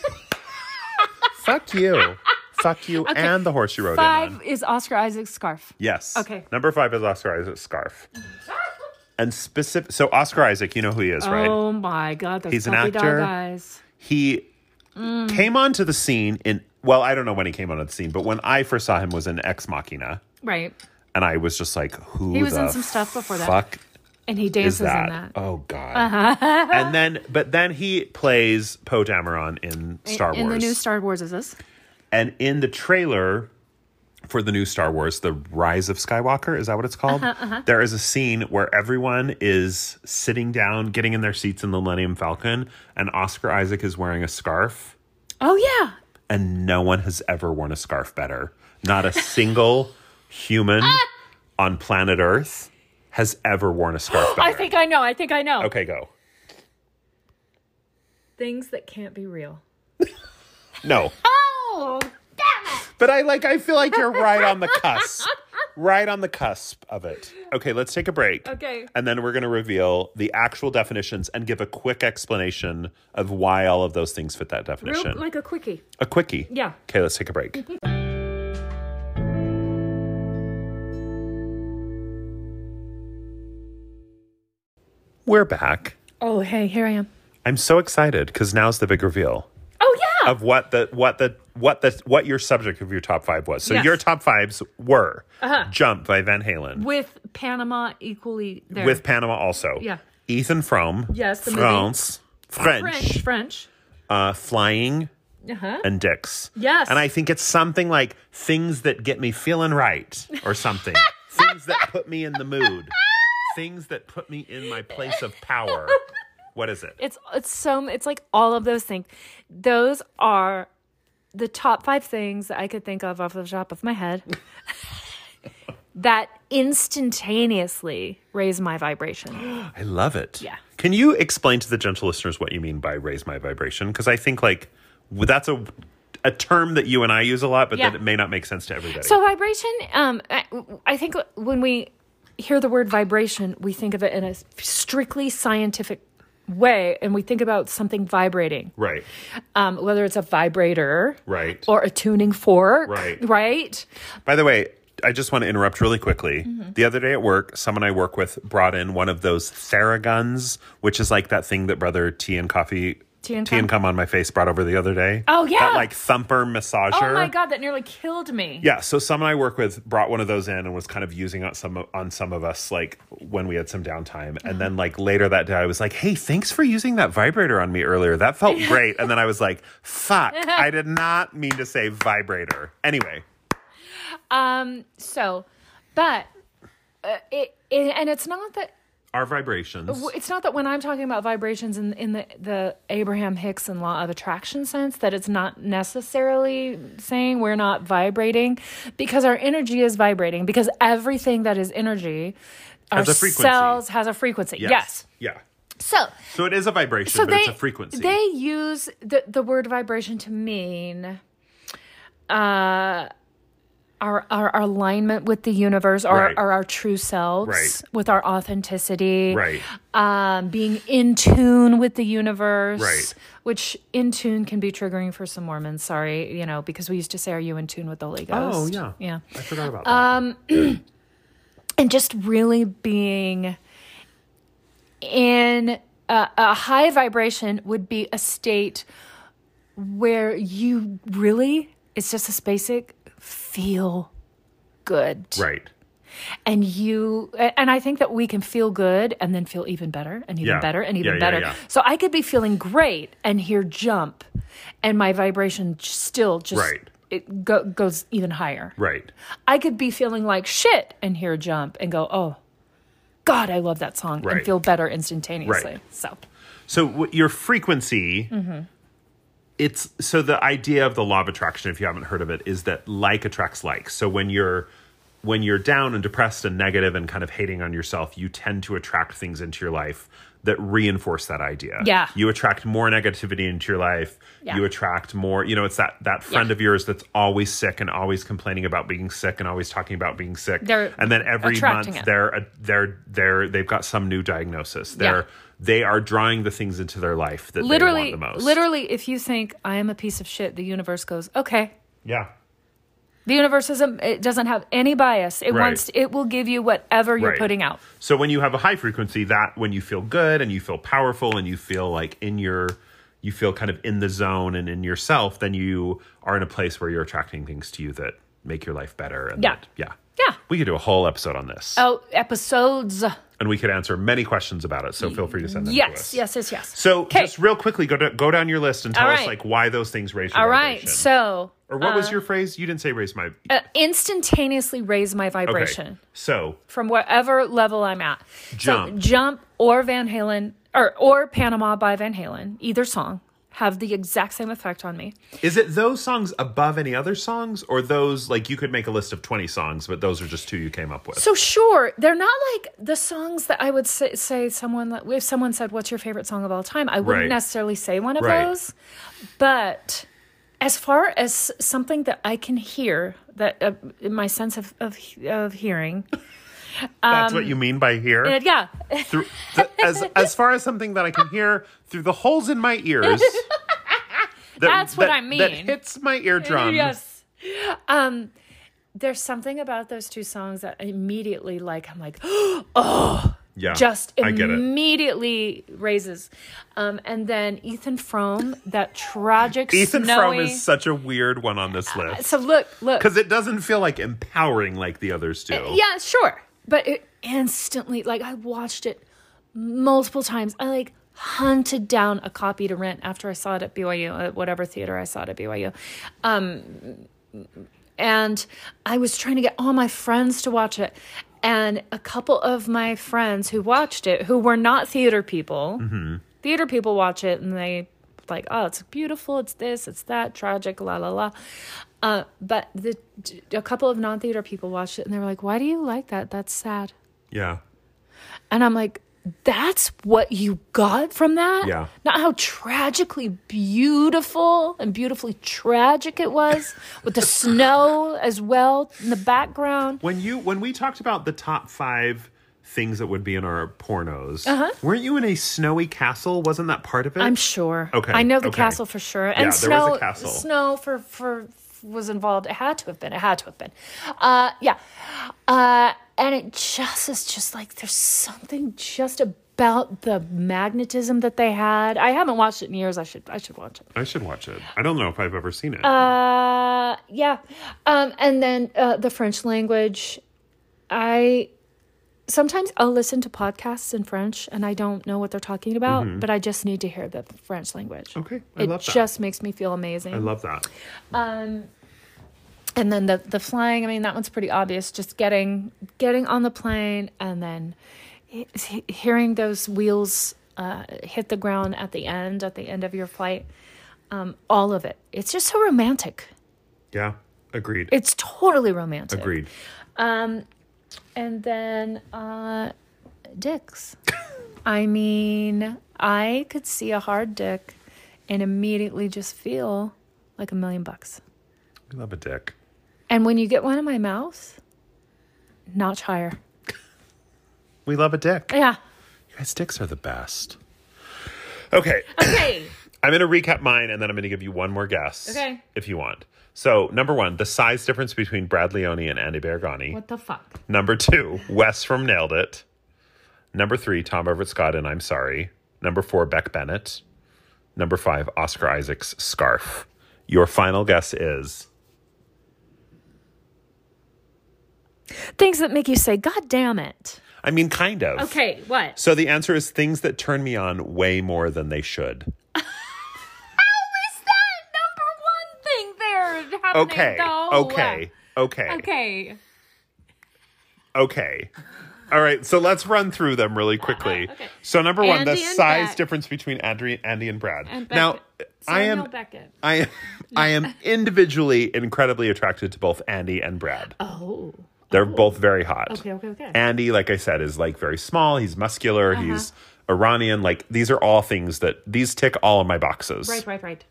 [SPEAKER 2] fuck you. fuck you and the horse you rode in on.
[SPEAKER 1] Five is Oscar Isaac's scarf.
[SPEAKER 2] Yes.
[SPEAKER 1] Okay.
[SPEAKER 2] Number five is Oscar Isaac's scarf. and specific. So Oscar Isaac, you know who he is, right?
[SPEAKER 1] Oh my God, those
[SPEAKER 2] He's an
[SPEAKER 1] puppy
[SPEAKER 2] actor.
[SPEAKER 1] dog eyes.
[SPEAKER 2] He
[SPEAKER 1] Mm.
[SPEAKER 2] came onto the scene in. Well, I don't know when he came onto the scene, but when I first saw him was in Ex Machina,
[SPEAKER 1] Right.
[SPEAKER 2] and I was just like, "Who?"
[SPEAKER 1] He was
[SPEAKER 2] the
[SPEAKER 1] in some stuff before that.
[SPEAKER 2] Fuck
[SPEAKER 1] And he
[SPEAKER 2] is
[SPEAKER 1] dances
[SPEAKER 2] that?
[SPEAKER 1] in that.
[SPEAKER 2] Oh God. and then, but then he plays Poe Dameron in Star
[SPEAKER 1] in
[SPEAKER 2] Wars.
[SPEAKER 1] the new Star Wars, is this?
[SPEAKER 2] And in the trailer for the new Star Wars, The Rise of Skywalker, is that what it's called?
[SPEAKER 1] Uh-huh,
[SPEAKER 2] There is a scene where everyone is sitting down, getting in their seats in the Millennium Falcon, and Oscar Isaac is wearing a scarf,
[SPEAKER 1] Oh yeah.
[SPEAKER 2] and no one has ever worn a scarf better. Not a single human
[SPEAKER 1] Ah!
[SPEAKER 2] on planet Earth has ever worn a scarf better.
[SPEAKER 1] I think I know. I think I know.
[SPEAKER 2] okay, go.
[SPEAKER 1] Things that can't be real.
[SPEAKER 2] No.
[SPEAKER 1] Oh, damn it!
[SPEAKER 2] But I like I feel like you're right on the cusp. Right on the cusp of it. Okay, let's take a break.
[SPEAKER 1] Okay.
[SPEAKER 2] And then we're going to reveal the actual definitions and give a quick explanation of why all of those things fit that definition.
[SPEAKER 1] Real, like a quickie.
[SPEAKER 2] a quickie.
[SPEAKER 1] Yeah.
[SPEAKER 2] Okay, let's take a break. we're back.
[SPEAKER 1] Oh, hey, here I am.
[SPEAKER 2] I'm so excited cuz now's the big reveal
[SPEAKER 1] Oh yeah.
[SPEAKER 2] of what the what the what the what your subject of your top five was. So
[SPEAKER 1] Yes. Uh-huh.
[SPEAKER 2] your top fives were "Jump" by Van Halen
[SPEAKER 1] With Panama equally there.
[SPEAKER 2] with Panama also.
[SPEAKER 1] Yeah.
[SPEAKER 2] Ethan Frome.
[SPEAKER 1] Yes, the movie.
[SPEAKER 2] France. French.
[SPEAKER 1] French, French.
[SPEAKER 2] Uh, flying
[SPEAKER 1] Uh huh.
[SPEAKER 2] and dicks.
[SPEAKER 1] Yes.
[SPEAKER 2] And I think it's something like things that get me feeling right or something. things that put me in the mood. Things that put me in my place of power. What is it?
[SPEAKER 1] It's it's so it's like all of those things. Those are the top five things that I could think of off the top of my head that instantaneously raise my vibration.
[SPEAKER 2] I love it.
[SPEAKER 1] Yeah.
[SPEAKER 2] Can you explain to the gentle listeners what you mean by raise my vibration? Because I think like w- that's a a term that you and I use a lot, but
[SPEAKER 1] Yeah.
[SPEAKER 2] that it may not make sense to everybody.
[SPEAKER 1] So vibration, um, I, I think when we hear the word vibration, we think of it in a strictly scientific way, and we think about something vibrating.
[SPEAKER 2] right.
[SPEAKER 1] um, whether it's a vibrator,
[SPEAKER 2] Right.
[SPEAKER 1] or a tuning fork,
[SPEAKER 2] Right.
[SPEAKER 1] right?
[SPEAKER 2] By the way, I just want to interrupt really quickly.
[SPEAKER 1] Mm-hmm.
[SPEAKER 2] The other day at work, someone I work with brought in one of those Theraguns, which is like that thing that brother Tea and Coffee
[SPEAKER 1] Tea and
[SPEAKER 2] Cum on my face brought over the other day.
[SPEAKER 1] Oh, yeah.
[SPEAKER 2] That like thumper massager.
[SPEAKER 1] Oh my god, that nearly killed me.
[SPEAKER 2] Yeah, so someone I work with brought one of those in and was kind of using on some on some of us like when we had some downtime. And
[SPEAKER 1] Mm-hmm.
[SPEAKER 2] then like later that day I was like, "Hey, thanks for using that vibrator on me earlier. That felt great." And then I was like, "Fuck, I did not mean to say vibrator." Anyway,
[SPEAKER 1] Um. So, but uh, it, it and it's not that
[SPEAKER 2] our vibrations.
[SPEAKER 1] it's not that when I'm talking about vibrations in in the the Abraham Hicks and law of attraction sense that it's not necessarily saying we're not vibrating because our energy is vibrating because everything that is energy our
[SPEAKER 2] Has a frequency.
[SPEAKER 1] cells has a frequency. yes.
[SPEAKER 2] Yeah.
[SPEAKER 1] So
[SPEAKER 2] So it is a vibration, but it's a frequency.
[SPEAKER 1] They use the, the word vibration to mean uh, our, our our alignment with the universe or,
[SPEAKER 2] Right.
[SPEAKER 1] or our true selves,
[SPEAKER 2] Right.
[SPEAKER 1] with our authenticity,
[SPEAKER 2] Right.
[SPEAKER 1] um, being in tune with the universe,
[SPEAKER 2] Right.
[SPEAKER 1] which in tune can be triggering for some Mormons, sorry, you know, because we used to say, Are you in tune with the Holy Ghost?
[SPEAKER 2] Oh, yeah.
[SPEAKER 1] Yeah
[SPEAKER 2] I forgot about
[SPEAKER 1] uh,
[SPEAKER 2] that.
[SPEAKER 1] and just really being in a, a high vibration would be a state where you really it's just this basic feel good
[SPEAKER 2] right.
[SPEAKER 1] and you and i think that we can feel good and then feel even better and even
[SPEAKER 2] Yeah.
[SPEAKER 1] better and even
[SPEAKER 2] Yeah, yeah,
[SPEAKER 1] better
[SPEAKER 2] yeah.
[SPEAKER 1] so i could be feeling great and hear jump and my vibration j- still just
[SPEAKER 2] Right.
[SPEAKER 1] it go, goes even higher
[SPEAKER 2] Right.
[SPEAKER 1] I could be feeling like shit and hear jump and go, oh, God, I love that song
[SPEAKER 2] Right.
[SPEAKER 1] and feel better instantaneously.
[SPEAKER 2] Right.
[SPEAKER 1] So,
[SPEAKER 2] So w- your frequency,
[SPEAKER 1] Mm-hmm.
[SPEAKER 2] it's so the idea of the law of attraction, if you haven't heard of it, is that like attracts like. So when you're when you're down and depressed and negative and kind of hating on yourself, you tend to attract things into your life that reinforce that idea.
[SPEAKER 1] Yeah.
[SPEAKER 2] You attract more negativity into your life.
[SPEAKER 1] Yeah.
[SPEAKER 2] You attract more, you know, it's that that friend
[SPEAKER 1] Yeah.
[SPEAKER 2] of yours that's always sick and always complaining about being sick and always talking about being sick.
[SPEAKER 1] They're
[SPEAKER 2] and then every
[SPEAKER 1] attracting
[SPEAKER 2] month
[SPEAKER 1] it.
[SPEAKER 2] they're a- they're they're they've got some new diagnosis. They're they are drawing the things into their life that
[SPEAKER 1] literally,
[SPEAKER 2] they want the most.
[SPEAKER 1] literally, if you think I am a piece of shit, the universe goes, okay.
[SPEAKER 2] Yeah.
[SPEAKER 1] The universe isn't, it doesn't have any bias. It
[SPEAKER 2] Right.
[SPEAKER 1] wants, it will give you whatever you're
[SPEAKER 2] Right.
[SPEAKER 1] putting out.
[SPEAKER 2] So when you have a high frequency, that when you feel good and you feel powerful and you feel like in your you feel kind of in the zone and in yourself, then you are in a place where you're attracting things to you that make your life better. And
[SPEAKER 1] Yeah.
[SPEAKER 2] that- yeah.
[SPEAKER 1] Yeah.
[SPEAKER 2] We could do a whole episode on this.
[SPEAKER 1] Oh, episodes.
[SPEAKER 2] And we could answer many questions about it. So feel free to send them to us.
[SPEAKER 1] Yes, yes, yes, yes.
[SPEAKER 2] So
[SPEAKER 1] 'Kay.
[SPEAKER 2] just real quickly go to, go down your list and tell
[SPEAKER 1] All
[SPEAKER 2] us
[SPEAKER 1] right.
[SPEAKER 2] like why those things raise your
[SPEAKER 1] All right.
[SPEAKER 2] vibration.
[SPEAKER 1] So,
[SPEAKER 2] or what was your phrase? You didn't say raise my
[SPEAKER 1] uh, instantaneously raise my vibration.
[SPEAKER 2] okay. So
[SPEAKER 1] from whatever level I'm at.
[SPEAKER 2] Jump.
[SPEAKER 1] So jump or Van Halen or or Panama by Van Halen, either song have the exact same effect on me.
[SPEAKER 2] Is it those songs above any other songs, or those like you could make a list of twenty songs, but those are just two you came up with?
[SPEAKER 1] So sure, they're not like the songs that I would say, say someone that- if someone said what's your favorite song of all time, I wouldn't
[SPEAKER 2] Right.
[SPEAKER 1] necessarily say one of
[SPEAKER 2] Right.
[SPEAKER 1] those. But as far as something that I can hear that uh, my sense of of, of hearing,
[SPEAKER 2] That's
[SPEAKER 1] Um,
[SPEAKER 2] what you mean by here.
[SPEAKER 1] and yeah,
[SPEAKER 2] Through, th- as as far as something that I can hear through the holes in my ears. that-
[SPEAKER 1] That's what
[SPEAKER 2] that-
[SPEAKER 1] I mean.
[SPEAKER 2] That hits my eardrum.
[SPEAKER 1] Yes. Um, there's something about those two songs that immediately, like, I'm like,
[SPEAKER 2] Yeah,
[SPEAKER 1] just
[SPEAKER 2] I get it.
[SPEAKER 1] immediately raises. Um, and then Ethan Frome, that tragic
[SPEAKER 2] Ethan
[SPEAKER 1] snowy. Uh,
[SPEAKER 2] Frome is such a weird one on this list
[SPEAKER 1] so look, look.
[SPEAKER 2] because it doesn't feel like empowering like the others do.
[SPEAKER 1] Yeah, sure. But it instantly, like, I watched it multiple times. I like hunted down a copy to rent after I saw it at BYU, at uh, whatever theater I saw it at BYU. Um, and I was trying to get all my friends to watch it. And a couple of my friends who watched it, who were not theater people, theater people watch it and they like, oh, it's beautiful, it's this, it's that, tragic, la la la. Uh, but the a couple of non theater people watched it and they were like, why do you like that? That's sad.
[SPEAKER 2] yeah,
[SPEAKER 1] And I'm like, that's what you got from that?
[SPEAKER 2] Yeah.
[SPEAKER 1] Not how tragically beautiful and beautifully tragic it was with the snow as well in the background.
[SPEAKER 2] When you when we talked about the top five things that would be in our pornos, weren't you in a snowy castle? Wasn't that part of it?
[SPEAKER 1] Uh-huh. I'm sure.
[SPEAKER 2] Okay,
[SPEAKER 1] I know the
[SPEAKER 2] okay.
[SPEAKER 1] castle for sure. And
[SPEAKER 2] Yeah, there
[SPEAKER 1] snow
[SPEAKER 2] was a castle.
[SPEAKER 1] snow for for was involved. It had to have been. It had to have been. Uh yeah. Uh and it just is just like there's something just about the magnetism that they had. I haven't watched it in years. I should I should watch it.
[SPEAKER 2] I should watch it. I don't know if I've ever seen it.
[SPEAKER 1] Uh, yeah. Um, and then uh, the French language. I sometimes I'll listen to podcasts in French and I don't know what they're talking about, but I just need to hear the French language.
[SPEAKER 2] Mm-hmm. Okay, I
[SPEAKER 1] it
[SPEAKER 2] love that.
[SPEAKER 1] just makes me feel amazing.
[SPEAKER 2] I love that.
[SPEAKER 1] um, and then the the flying. I mean, that one's pretty obvious. Just getting getting on the plane and then he- he- hearing those wheels uh, hit the ground at the end at the end of your flight. Um, all of it. It's just so romantic.
[SPEAKER 2] Yeah, agreed.
[SPEAKER 1] It's totally romantic.
[SPEAKER 2] agreed.
[SPEAKER 1] Um, and then uh, dicks. I mean, I could see a hard dick and immediately just feel like a million bucks.
[SPEAKER 2] I love a dick.
[SPEAKER 1] And when you get one in my mouth, notch higher.
[SPEAKER 2] We love a dick.
[SPEAKER 1] Yeah.
[SPEAKER 2] You guys, dicks are the best. Okay,
[SPEAKER 1] Okay.
[SPEAKER 2] I'm going to recap mine, and then I'm going to give you one more guess.
[SPEAKER 1] Okay.
[SPEAKER 2] if you want. So, number one, the size difference between Brad Leone and Andy Bergani.
[SPEAKER 1] what the fuck?
[SPEAKER 2] Number two, Wes from Nailed It. Number three, Tom Everett Scott and I'm Sorry. Number four, Beck Bennett. Number five, Oscar Isaac's Scarf. Your final guess is
[SPEAKER 1] Things that make you say, God damn it.
[SPEAKER 2] I mean, kind of.
[SPEAKER 1] Okay, what?
[SPEAKER 2] So the answer is things that turn me on way more than they should.
[SPEAKER 1] Is that number one thing there happening?
[SPEAKER 2] Okay.
[SPEAKER 1] though?
[SPEAKER 2] Okay. Okay.
[SPEAKER 1] Okay.
[SPEAKER 2] Okay. All right, so let's run through them really quickly.
[SPEAKER 1] okay.
[SPEAKER 2] So number one, the
[SPEAKER 1] Andy and
[SPEAKER 2] size
[SPEAKER 1] Beck.
[SPEAKER 2] difference between Andy, Andy and Brad.
[SPEAKER 1] And
[SPEAKER 2] now,
[SPEAKER 1] Beckett.
[SPEAKER 2] I am
[SPEAKER 1] Samuel Beckett.
[SPEAKER 2] I am I am individually incredibly attracted to both Andy and Brad.
[SPEAKER 1] Oh.
[SPEAKER 2] They're both very hot.
[SPEAKER 1] Okay, okay, okay.
[SPEAKER 2] Andy, like I said, is like very small. He's muscular. He's
[SPEAKER 1] Uh-huh.
[SPEAKER 2] Iranian. Like these are all things that these tick all of my boxes.
[SPEAKER 5] Right, right, right.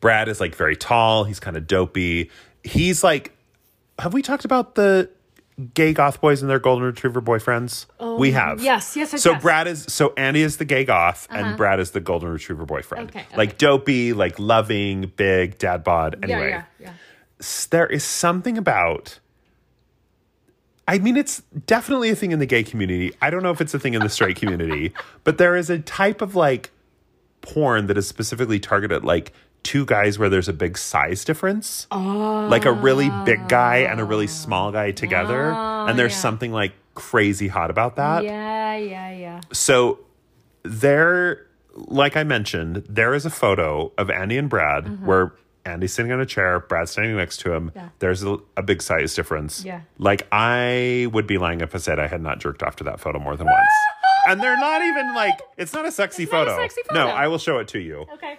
[SPEAKER 2] Brad is like very tall. He's kind of dopey. He's like, have we talked about the gay goth boys and their golden retriever boyfriends? we have.
[SPEAKER 5] Oh, yes, yes, yes,
[SPEAKER 2] So
[SPEAKER 5] yes. Uh-huh.
[SPEAKER 2] Brad is so Andy is the gay goth and Brad is the golden retriever boyfriend.
[SPEAKER 5] Okay, okay.
[SPEAKER 2] Like dopey, like loving, big dad bod.
[SPEAKER 5] Yeah,
[SPEAKER 2] Anyway,
[SPEAKER 5] yeah, yeah.
[SPEAKER 2] s- there is something about. I mean, it's definitely a thing in the gay community. I don't know if it's a thing in the straight community, but there is a type of like porn that is specifically targeted at, like two guys where there's a big size difference. Like a really big guy and a really small guy together. and there's something like crazy hot about that.
[SPEAKER 5] Yeah, yeah, yeah.
[SPEAKER 2] So there, like I mentioned, there is a photo of Andy and Brad where Andy's sitting on a chair, Brad's standing next to him.
[SPEAKER 5] Mm-hmm. Yeah.
[SPEAKER 2] There's a, a big size difference.
[SPEAKER 5] Yeah.
[SPEAKER 2] Like I would be lying if I said I had not jerked off to that photo more than once. And they're not even like it's not a sexy
[SPEAKER 5] not a
[SPEAKER 2] photo.
[SPEAKER 5] sexy
[SPEAKER 2] No,
[SPEAKER 5] photo.
[SPEAKER 2] I will show it to you.
[SPEAKER 5] Okay.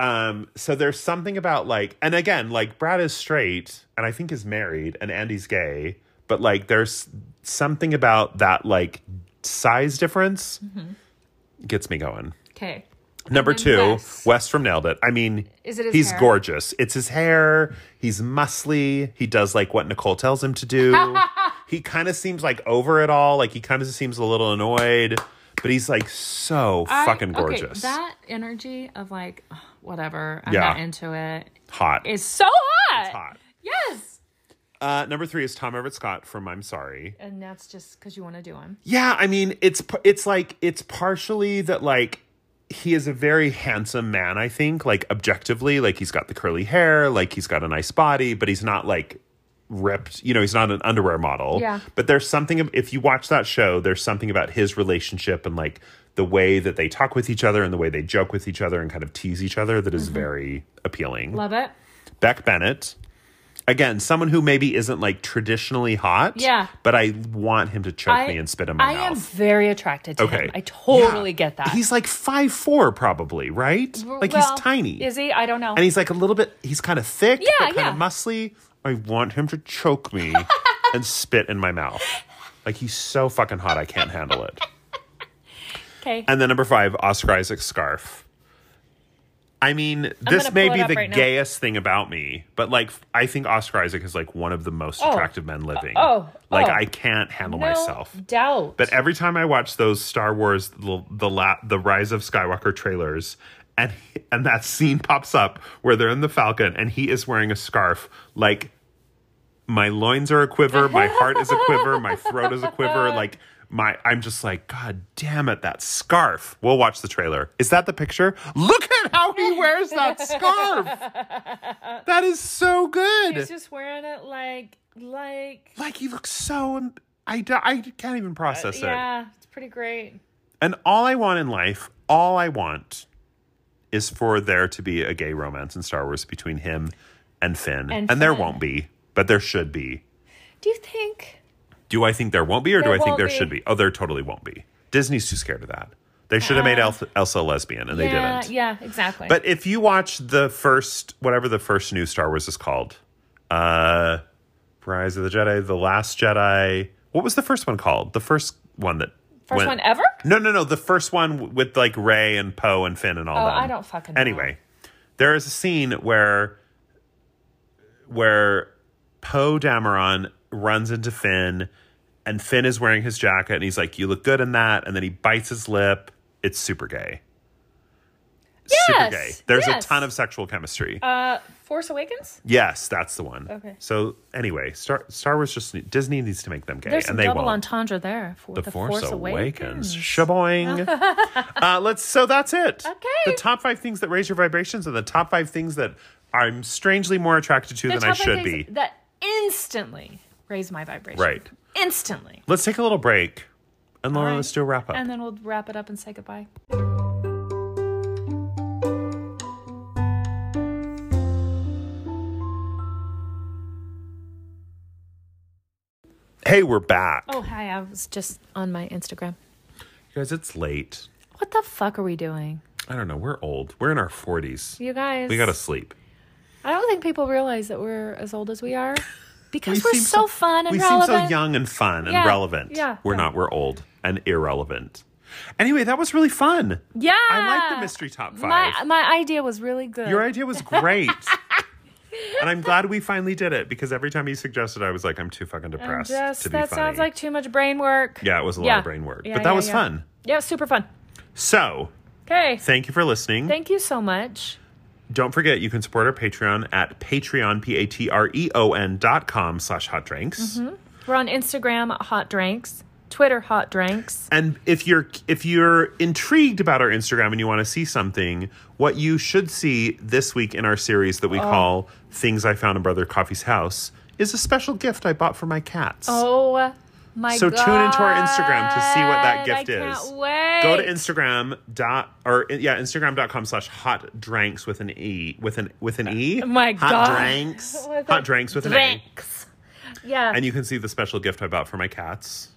[SPEAKER 2] Um, so there's something about like, and again, like Brad is straight, and I think is married, and Andy's gay, but like there's something about that like size difference gets me going.
[SPEAKER 5] Okay.
[SPEAKER 2] Number
[SPEAKER 5] Mm-hmm. then
[SPEAKER 2] two,
[SPEAKER 5] Wes.
[SPEAKER 2] West from Nailed It. I mean,
[SPEAKER 5] Is it his
[SPEAKER 2] he's
[SPEAKER 5] hair?
[SPEAKER 2] gorgeous. It's his hair. He's muscly. He does like what Nicole tells him to do. he kind of seems like over it all. Like he kind of seems a little annoyed, but he's like so
[SPEAKER 1] I-
[SPEAKER 2] fucking
[SPEAKER 1] okay,
[SPEAKER 2] gorgeous.
[SPEAKER 1] that energy of like, "Ugh, whatever, I'm
[SPEAKER 2] Yeah.
[SPEAKER 1] not into it.
[SPEAKER 2] hot.
[SPEAKER 1] It's so hot.
[SPEAKER 2] hot.
[SPEAKER 1] Yes.
[SPEAKER 2] Uh, number three is Tom Everett Scott from I'm Sorry.
[SPEAKER 1] And that's just because you want to do him.
[SPEAKER 2] Yeah, I mean, it's p- it's like it's partially that like he is a very handsome man. I think like objectively, like he's got the curly hair, like he's got a nice body, but he's not like ripped. You know, he's not an underwear model.
[SPEAKER 1] Yeah.
[SPEAKER 2] But there's something of- if you watch that show, there's something about his relationship and like the way that they talk with each other and the way they joke with each other and kind of tease each other that is very appealing.
[SPEAKER 1] Love it.
[SPEAKER 2] Beck Bennett. Again, someone who maybe isn't like traditionally hot.
[SPEAKER 1] Yeah.
[SPEAKER 2] But I want him to choke me and spit in my
[SPEAKER 1] I am
[SPEAKER 2] mouth.
[SPEAKER 1] very attracted to
[SPEAKER 2] okay.
[SPEAKER 1] him. I totally
[SPEAKER 2] Yeah.
[SPEAKER 1] get that.
[SPEAKER 2] He's like five four probably, right? Like
[SPEAKER 1] Well,
[SPEAKER 2] he's tiny.
[SPEAKER 1] Is he? I don't know.
[SPEAKER 2] and he's like a little bit he's kind of thick,
[SPEAKER 1] Yeah,
[SPEAKER 2] but kind of
[SPEAKER 1] yeah.
[SPEAKER 2] muscly. I want him to choke me and spit in my mouth. Like he's so fucking hot I can't handle it.
[SPEAKER 1] okay.
[SPEAKER 2] And then number five, Oscar Isaac scarf. I mean, this
[SPEAKER 1] gonna
[SPEAKER 2] may
[SPEAKER 1] pull it
[SPEAKER 2] be
[SPEAKER 1] up
[SPEAKER 2] the
[SPEAKER 1] right now.
[SPEAKER 2] gayest thing about me, but like, I think Oscar Isaac is like one of the most attractive men living.
[SPEAKER 1] oh,
[SPEAKER 2] like
[SPEAKER 1] oh.
[SPEAKER 2] I can't handle
[SPEAKER 1] no
[SPEAKER 2] myself.
[SPEAKER 1] doubt.
[SPEAKER 2] But every time I watch those Star Wars the the, la, the Rise of Skywalker trailers, and and that scene pops up where they're in the Falcon and he is wearing a scarf, like my loins are a quiver, my heart is a quiver, my throat is a quiver, like. My, I'm just like, God damn it, that scarf. We'll watch the trailer. Is that the picture? Look at how he wears that scarf. That is so good.
[SPEAKER 1] he's just wearing it like, like,
[SPEAKER 2] like, he looks so. I, don't- I can't even process it.
[SPEAKER 1] Uh, yeah, it's pretty great.
[SPEAKER 2] And all I want in life, all I want is for there to be a gay romance in Star Wars between him and Finn. And,
[SPEAKER 1] And
[SPEAKER 2] there
[SPEAKER 1] Finn.
[SPEAKER 2] won't be, but there should be.
[SPEAKER 1] Do you think?
[SPEAKER 2] Do I think there won't be or
[SPEAKER 1] There
[SPEAKER 2] do I think
[SPEAKER 1] won't
[SPEAKER 2] there
[SPEAKER 1] be.
[SPEAKER 2] should be? Oh, there totally won't be. Disney's too scared of that. They should have made Elsa, Elsa lesbian and
[SPEAKER 1] yeah,
[SPEAKER 2] they didn't.
[SPEAKER 1] yeah, exactly.
[SPEAKER 2] But if you watch the first, whatever the first new Star Wars is called, uh, Rise of the Jedi, The Last Jedi, what was the first one called? The first one that
[SPEAKER 1] first
[SPEAKER 2] went-
[SPEAKER 1] one ever.
[SPEAKER 2] no, no, no. The first one with like Ray and Poe and Finn and all
[SPEAKER 1] Oh,
[SPEAKER 2] that.
[SPEAKER 1] I don't fucking know.
[SPEAKER 2] Anyway, there is a scene where where Poe Dameron runs into Finn, and Finn is wearing his jacket, and he's like, "You look good in that," and then he bites his lip. It's super gay. super
[SPEAKER 1] Yes,
[SPEAKER 2] gay. There's
[SPEAKER 1] yes.
[SPEAKER 2] a ton of sexual chemistry.
[SPEAKER 1] Uh, Force Awakens.
[SPEAKER 2] yes, that's the one.
[SPEAKER 1] Okay.
[SPEAKER 2] So anyway, Star Star Wars just ne- Disney needs to make them gay,
[SPEAKER 1] There's some
[SPEAKER 2] and they
[SPEAKER 1] double
[SPEAKER 2] won't.
[SPEAKER 1] entendre there for the,
[SPEAKER 2] The, Force,
[SPEAKER 1] Awakens.
[SPEAKER 2] Awakens. Shaboing. uh, let's. So that's it.
[SPEAKER 1] Okay.
[SPEAKER 2] The top five things that raise your vibrations, and the top five things that I'm strangely more attracted to than I
[SPEAKER 1] Topic
[SPEAKER 2] should
[SPEAKER 1] is
[SPEAKER 2] be.
[SPEAKER 1] That instantly raise my vibration.
[SPEAKER 2] Right.
[SPEAKER 1] Instantly.
[SPEAKER 2] Let's take a little break, and Laura,
[SPEAKER 1] All right.
[SPEAKER 2] let's do a wrap up.
[SPEAKER 1] And then we'll wrap it up and say goodbye.
[SPEAKER 2] hey, we're back,
[SPEAKER 1] Oh, hi. I was just on my Instagram.
[SPEAKER 2] you guys. It's late.
[SPEAKER 1] What the fuck are we doing?
[SPEAKER 2] I don't know. We're old. We're in our forties.
[SPEAKER 1] You guys.
[SPEAKER 2] We gotta sleep.
[SPEAKER 1] I don't think people realize that we're as old as we are because
[SPEAKER 2] We
[SPEAKER 1] we are
[SPEAKER 2] seem
[SPEAKER 1] so, fun and
[SPEAKER 2] we
[SPEAKER 1] relevant.
[SPEAKER 2] seem so young and fun and
[SPEAKER 1] Yeah,
[SPEAKER 2] relevant.
[SPEAKER 1] yeah,
[SPEAKER 2] we're
[SPEAKER 1] yeah.
[SPEAKER 2] not. We're old and irrelevant. Anyway, that was really fun.
[SPEAKER 6] Yeah.
[SPEAKER 2] I like the mystery top five.
[SPEAKER 6] My, my idea was really good.
[SPEAKER 2] Your idea was great. and I'm glad we finally did it because every time you suggested, I was like, I'm too fucking
[SPEAKER 6] I'm
[SPEAKER 2] depressed
[SPEAKER 6] just,
[SPEAKER 2] to be
[SPEAKER 6] that
[SPEAKER 2] funny.
[SPEAKER 6] sounds like too much brain work.
[SPEAKER 2] yeah, it was a lot
[SPEAKER 6] Yeah.
[SPEAKER 2] of brain work,
[SPEAKER 6] Yeah,
[SPEAKER 2] but that
[SPEAKER 6] yeah,
[SPEAKER 2] was
[SPEAKER 6] yeah.
[SPEAKER 2] fun.
[SPEAKER 6] Yeah, super fun.
[SPEAKER 2] So
[SPEAKER 6] Okay.
[SPEAKER 2] thank you for listening.
[SPEAKER 6] Thank you so much.
[SPEAKER 2] Don't forget, you can support our Patreon at Patreon, P A T R E O N dot com slash hot drinks.
[SPEAKER 6] We're on Instagram at Hot Drinks, Twitter Hot Drinks.
[SPEAKER 2] And if you're if you're intrigued about our Instagram and you want to see something, what you should see this week in our series
[SPEAKER 6] Oh.
[SPEAKER 2] that we call "Things I Found in Brother Coffee's House" is a special gift I bought for my cats.
[SPEAKER 6] Oh my
[SPEAKER 2] so
[SPEAKER 6] god.
[SPEAKER 2] tune into our Instagram to see what that gift
[SPEAKER 6] I
[SPEAKER 2] is.
[SPEAKER 6] Can't wait.
[SPEAKER 2] Go to Instagram dot or yeah Instagram.com slash hot drinks with an e with an with an e.
[SPEAKER 6] Oh my
[SPEAKER 2] hot
[SPEAKER 6] God.
[SPEAKER 2] drinks
[SPEAKER 6] With
[SPEAKER 2] hot
[SPEAKER 6] a
[SPEAKER 2] drinks with an a
[SPEAKER 6] Drinks. Yeah.
[SPEAKER 2] and you can see the special gift I bought for my cats.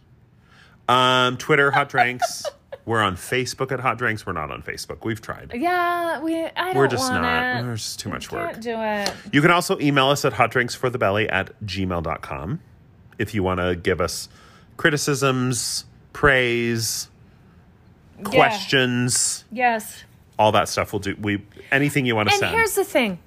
[SPEAKER 2] Um, Twitter, Hot Drinks. We're on Facebook at Hot Drinks. We're not on Facebook. We've tried.
[SPEAKER 6] yeah, we I don't
[SPEAKER 2] We're just
[SPEAKER 6] want
[SPEAKER 2] not.
[SPEAKER 6] it.
[SPEAKER 2] There's just too much work.
[SPEAKER 6] Can't do it.
[SPEAKER 2] You can also email us at hotdrinksforthebelly at gmail.com if you want to give us criticisms, praise, questions,
[SPEAKER 6] Yes.
[SPEAKER 2] all that stuff. We'll do we anything you want to
[SPEAKER 6] And
[SPEAKER 2] send.
[SPEAKER 6] here's the thing.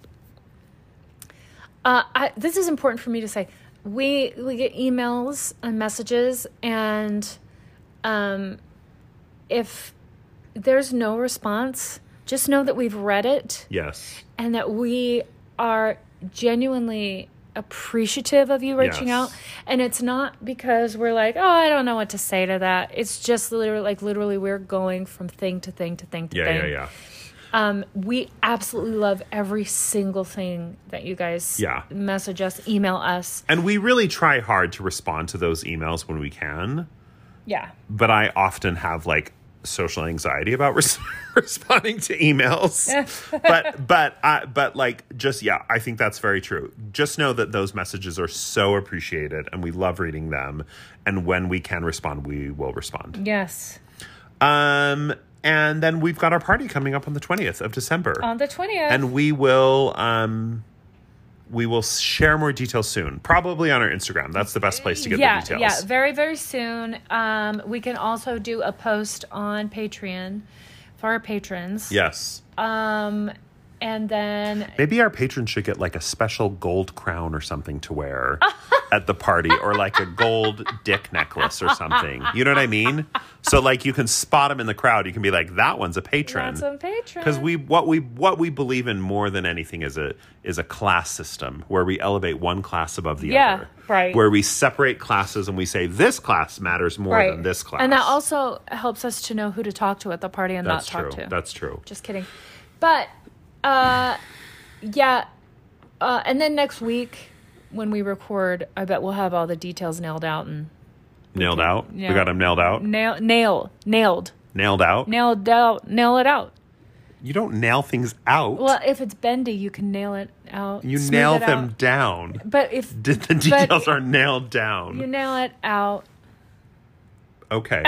[SPEAKER 6] Uh, I, this is important for me to say. We we get emails and messages, and um, if there's no response, just know that we've read it
[SPEAKER 2] yes.
[SPEAKER 6] and that we are genuinely appreciative of you reaching
[SPEAKER 2] Yes.
[SPEAKER 6] out and it's not because we're like oh i don't know what to say to that it's just literally like literally we're going from thing to thing to thing to
[SPEAKER 2] Yeah,
[SPEAKER 6] thing
[SPEAKER 2] yeah, yeah.
[SPEAKER 6] um, we absolutely love every single thing that you guys
[SPEAKER 2] Yeah.
[SPEAKER 6] message us, email us.
[SPEAKER 2] And we really try hard to respond to those emails when we can.
[SPEAKER 6] Yeah.
[SPEAKER 2] but I often have like social anxiety about res- responding to emails. but but I but like just yeah, I think that's very true. Just know that those messages are so appreciated and we love reading them and when we can respond, we will respond.
[SPEAKER 6] Yes.
[SPEAKER 2] Um and then we've got our party coming up on the 20th of December.
[SPEAKER 6] On the 20th.
[SPEAKER 2] and we will um we will share more details soon. Probably on our Instagram. That's the best place to get
[SPEAKER 6] yeah,
[SPEAKER 2] the details.
[SPEAKER 6] yeah, very, very soon. Um, we can also do a post on Patreon for our patrons.
[SPEAKER 2] yes.
[SPEAKER 6] Um, and then
[SPEAKER 2] Maybe our patrons should get like a special gold crown or something to wear at the party or like a gold dick necklace or something. You know what I mean? So like you can spot them in the crowd. You can be like that one's a patron.
[SPEAKER 6] that's on Patreon.
[SPEAKER 2] Cuz we what we what we believe in more than anything is a is a class system where we elevate one class above the
[SPEAKER 6] Yeah,
[SPEAKER 2] other.
[SPEAKER 6] right.
[SPEAKER 2] Where we separate classes and we say this class matters more
[SPEAKER 6] right
[SPEAKER 2] than this class.
[SPEAKER 6] and that also helps us to know who to talk to at the party and
[SPEAKER 2] That's
[SPEAKER 6] not
[SPEAKER 2] true.
[SPEAKER 6] talk to.
[SPEAKER 2] That's true.
[SPEAKER 6] Just kidding. But uh yeah. Uh and then next week when we record, I bet we'll have all the details nailed out and
[SPEAKER 2] Nailed out.
[SPEAKER 6] yeah.
[SPEAKER 2] We got them nailed out.
[SPEAKER 6] nail nail nailed.
[SPEAKER 2] Nailed out.
[SPEAKER 6] Nailed out nail it out.
[SPEAKER 2] you don't nail things out.
[SPEAKER 6] Well, if it's bendy, you can nail it out.
[SPEAKER 2] You
[SPEAKER 6] smooth
[SPEAKER 2] nail
[SPEAKER 6] it
[SPEAKER 2] them
[SPEAKER 6] out.
[SPEAKER 2] down.
[SPEAKER 6] But if
[SPEAKER 2] D- the details are nailed down.
[SPEAKER 6] you nail it out.
[SPEAKER 2] okay.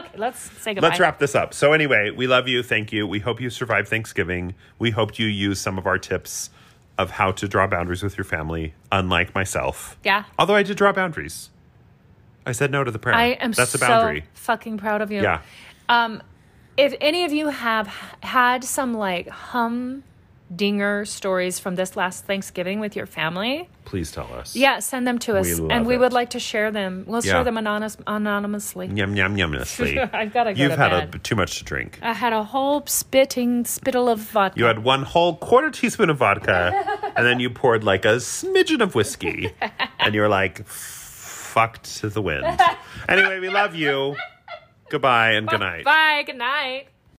[SPEAKER 6] Okay, let's say goodbye.
[SPEAKER 2] Let's wrap this up. So, anyway, we love you. Thank you. We hope you survived Thanksgiving. We hope you use some of our tips of how to draw boundaries with your family, unlike myself.
[SPEAKER 6] Yeah.
[SPEAKER 2] Although I did draw boundaries, I said no to the prayer.
[SPEAKER 6] I am
[SPEAKER 2] That's a
[SPEAKER 6] so
[SPEAKER 2] boundary.
[SPEAKER 6] fucking proud of you.
[SPEAKER 2] Yeah.
[SPEAKER 6] Um, if any of you have h- had some like hum dinger stories from this last Thanksgiving with your family,
[SPEAKER 2] Please tell us.
[SPEAKER 6] yeah, send them to us,
[SPEAKER 2] We
[SPEAKER 6] and
[SPEAKER 2] love
[SPEAKER 6] we
[SPEAKER 2] it.
[SPEAKER 6] would like to share them. We'll
[SPEAKER 2] Yeah.
[SPEAKER 6] share them anonymous, anonymously.
[SPEAKER 2] Yum, yum, yumlessly.
[SPEAKER 6] I've gotta go
[SPEAKER 2] You've
[SPEAKER 6] to
[SPEAKER 2] had A,
[SPEAKER 6] bed.
[SPEAKER 2] too much to drink.
[SPEAKER 6] I had a whole spitting spittle of vodka.
[SPEAKER 2] You had one whole quarter teaspoon of vodka, and then you poured like a smidgen of whiskey, and you were like, fucked to the wind. Anyway, we love you. Goodbye and good night.
[SPEAKER 6] Bye. Good night.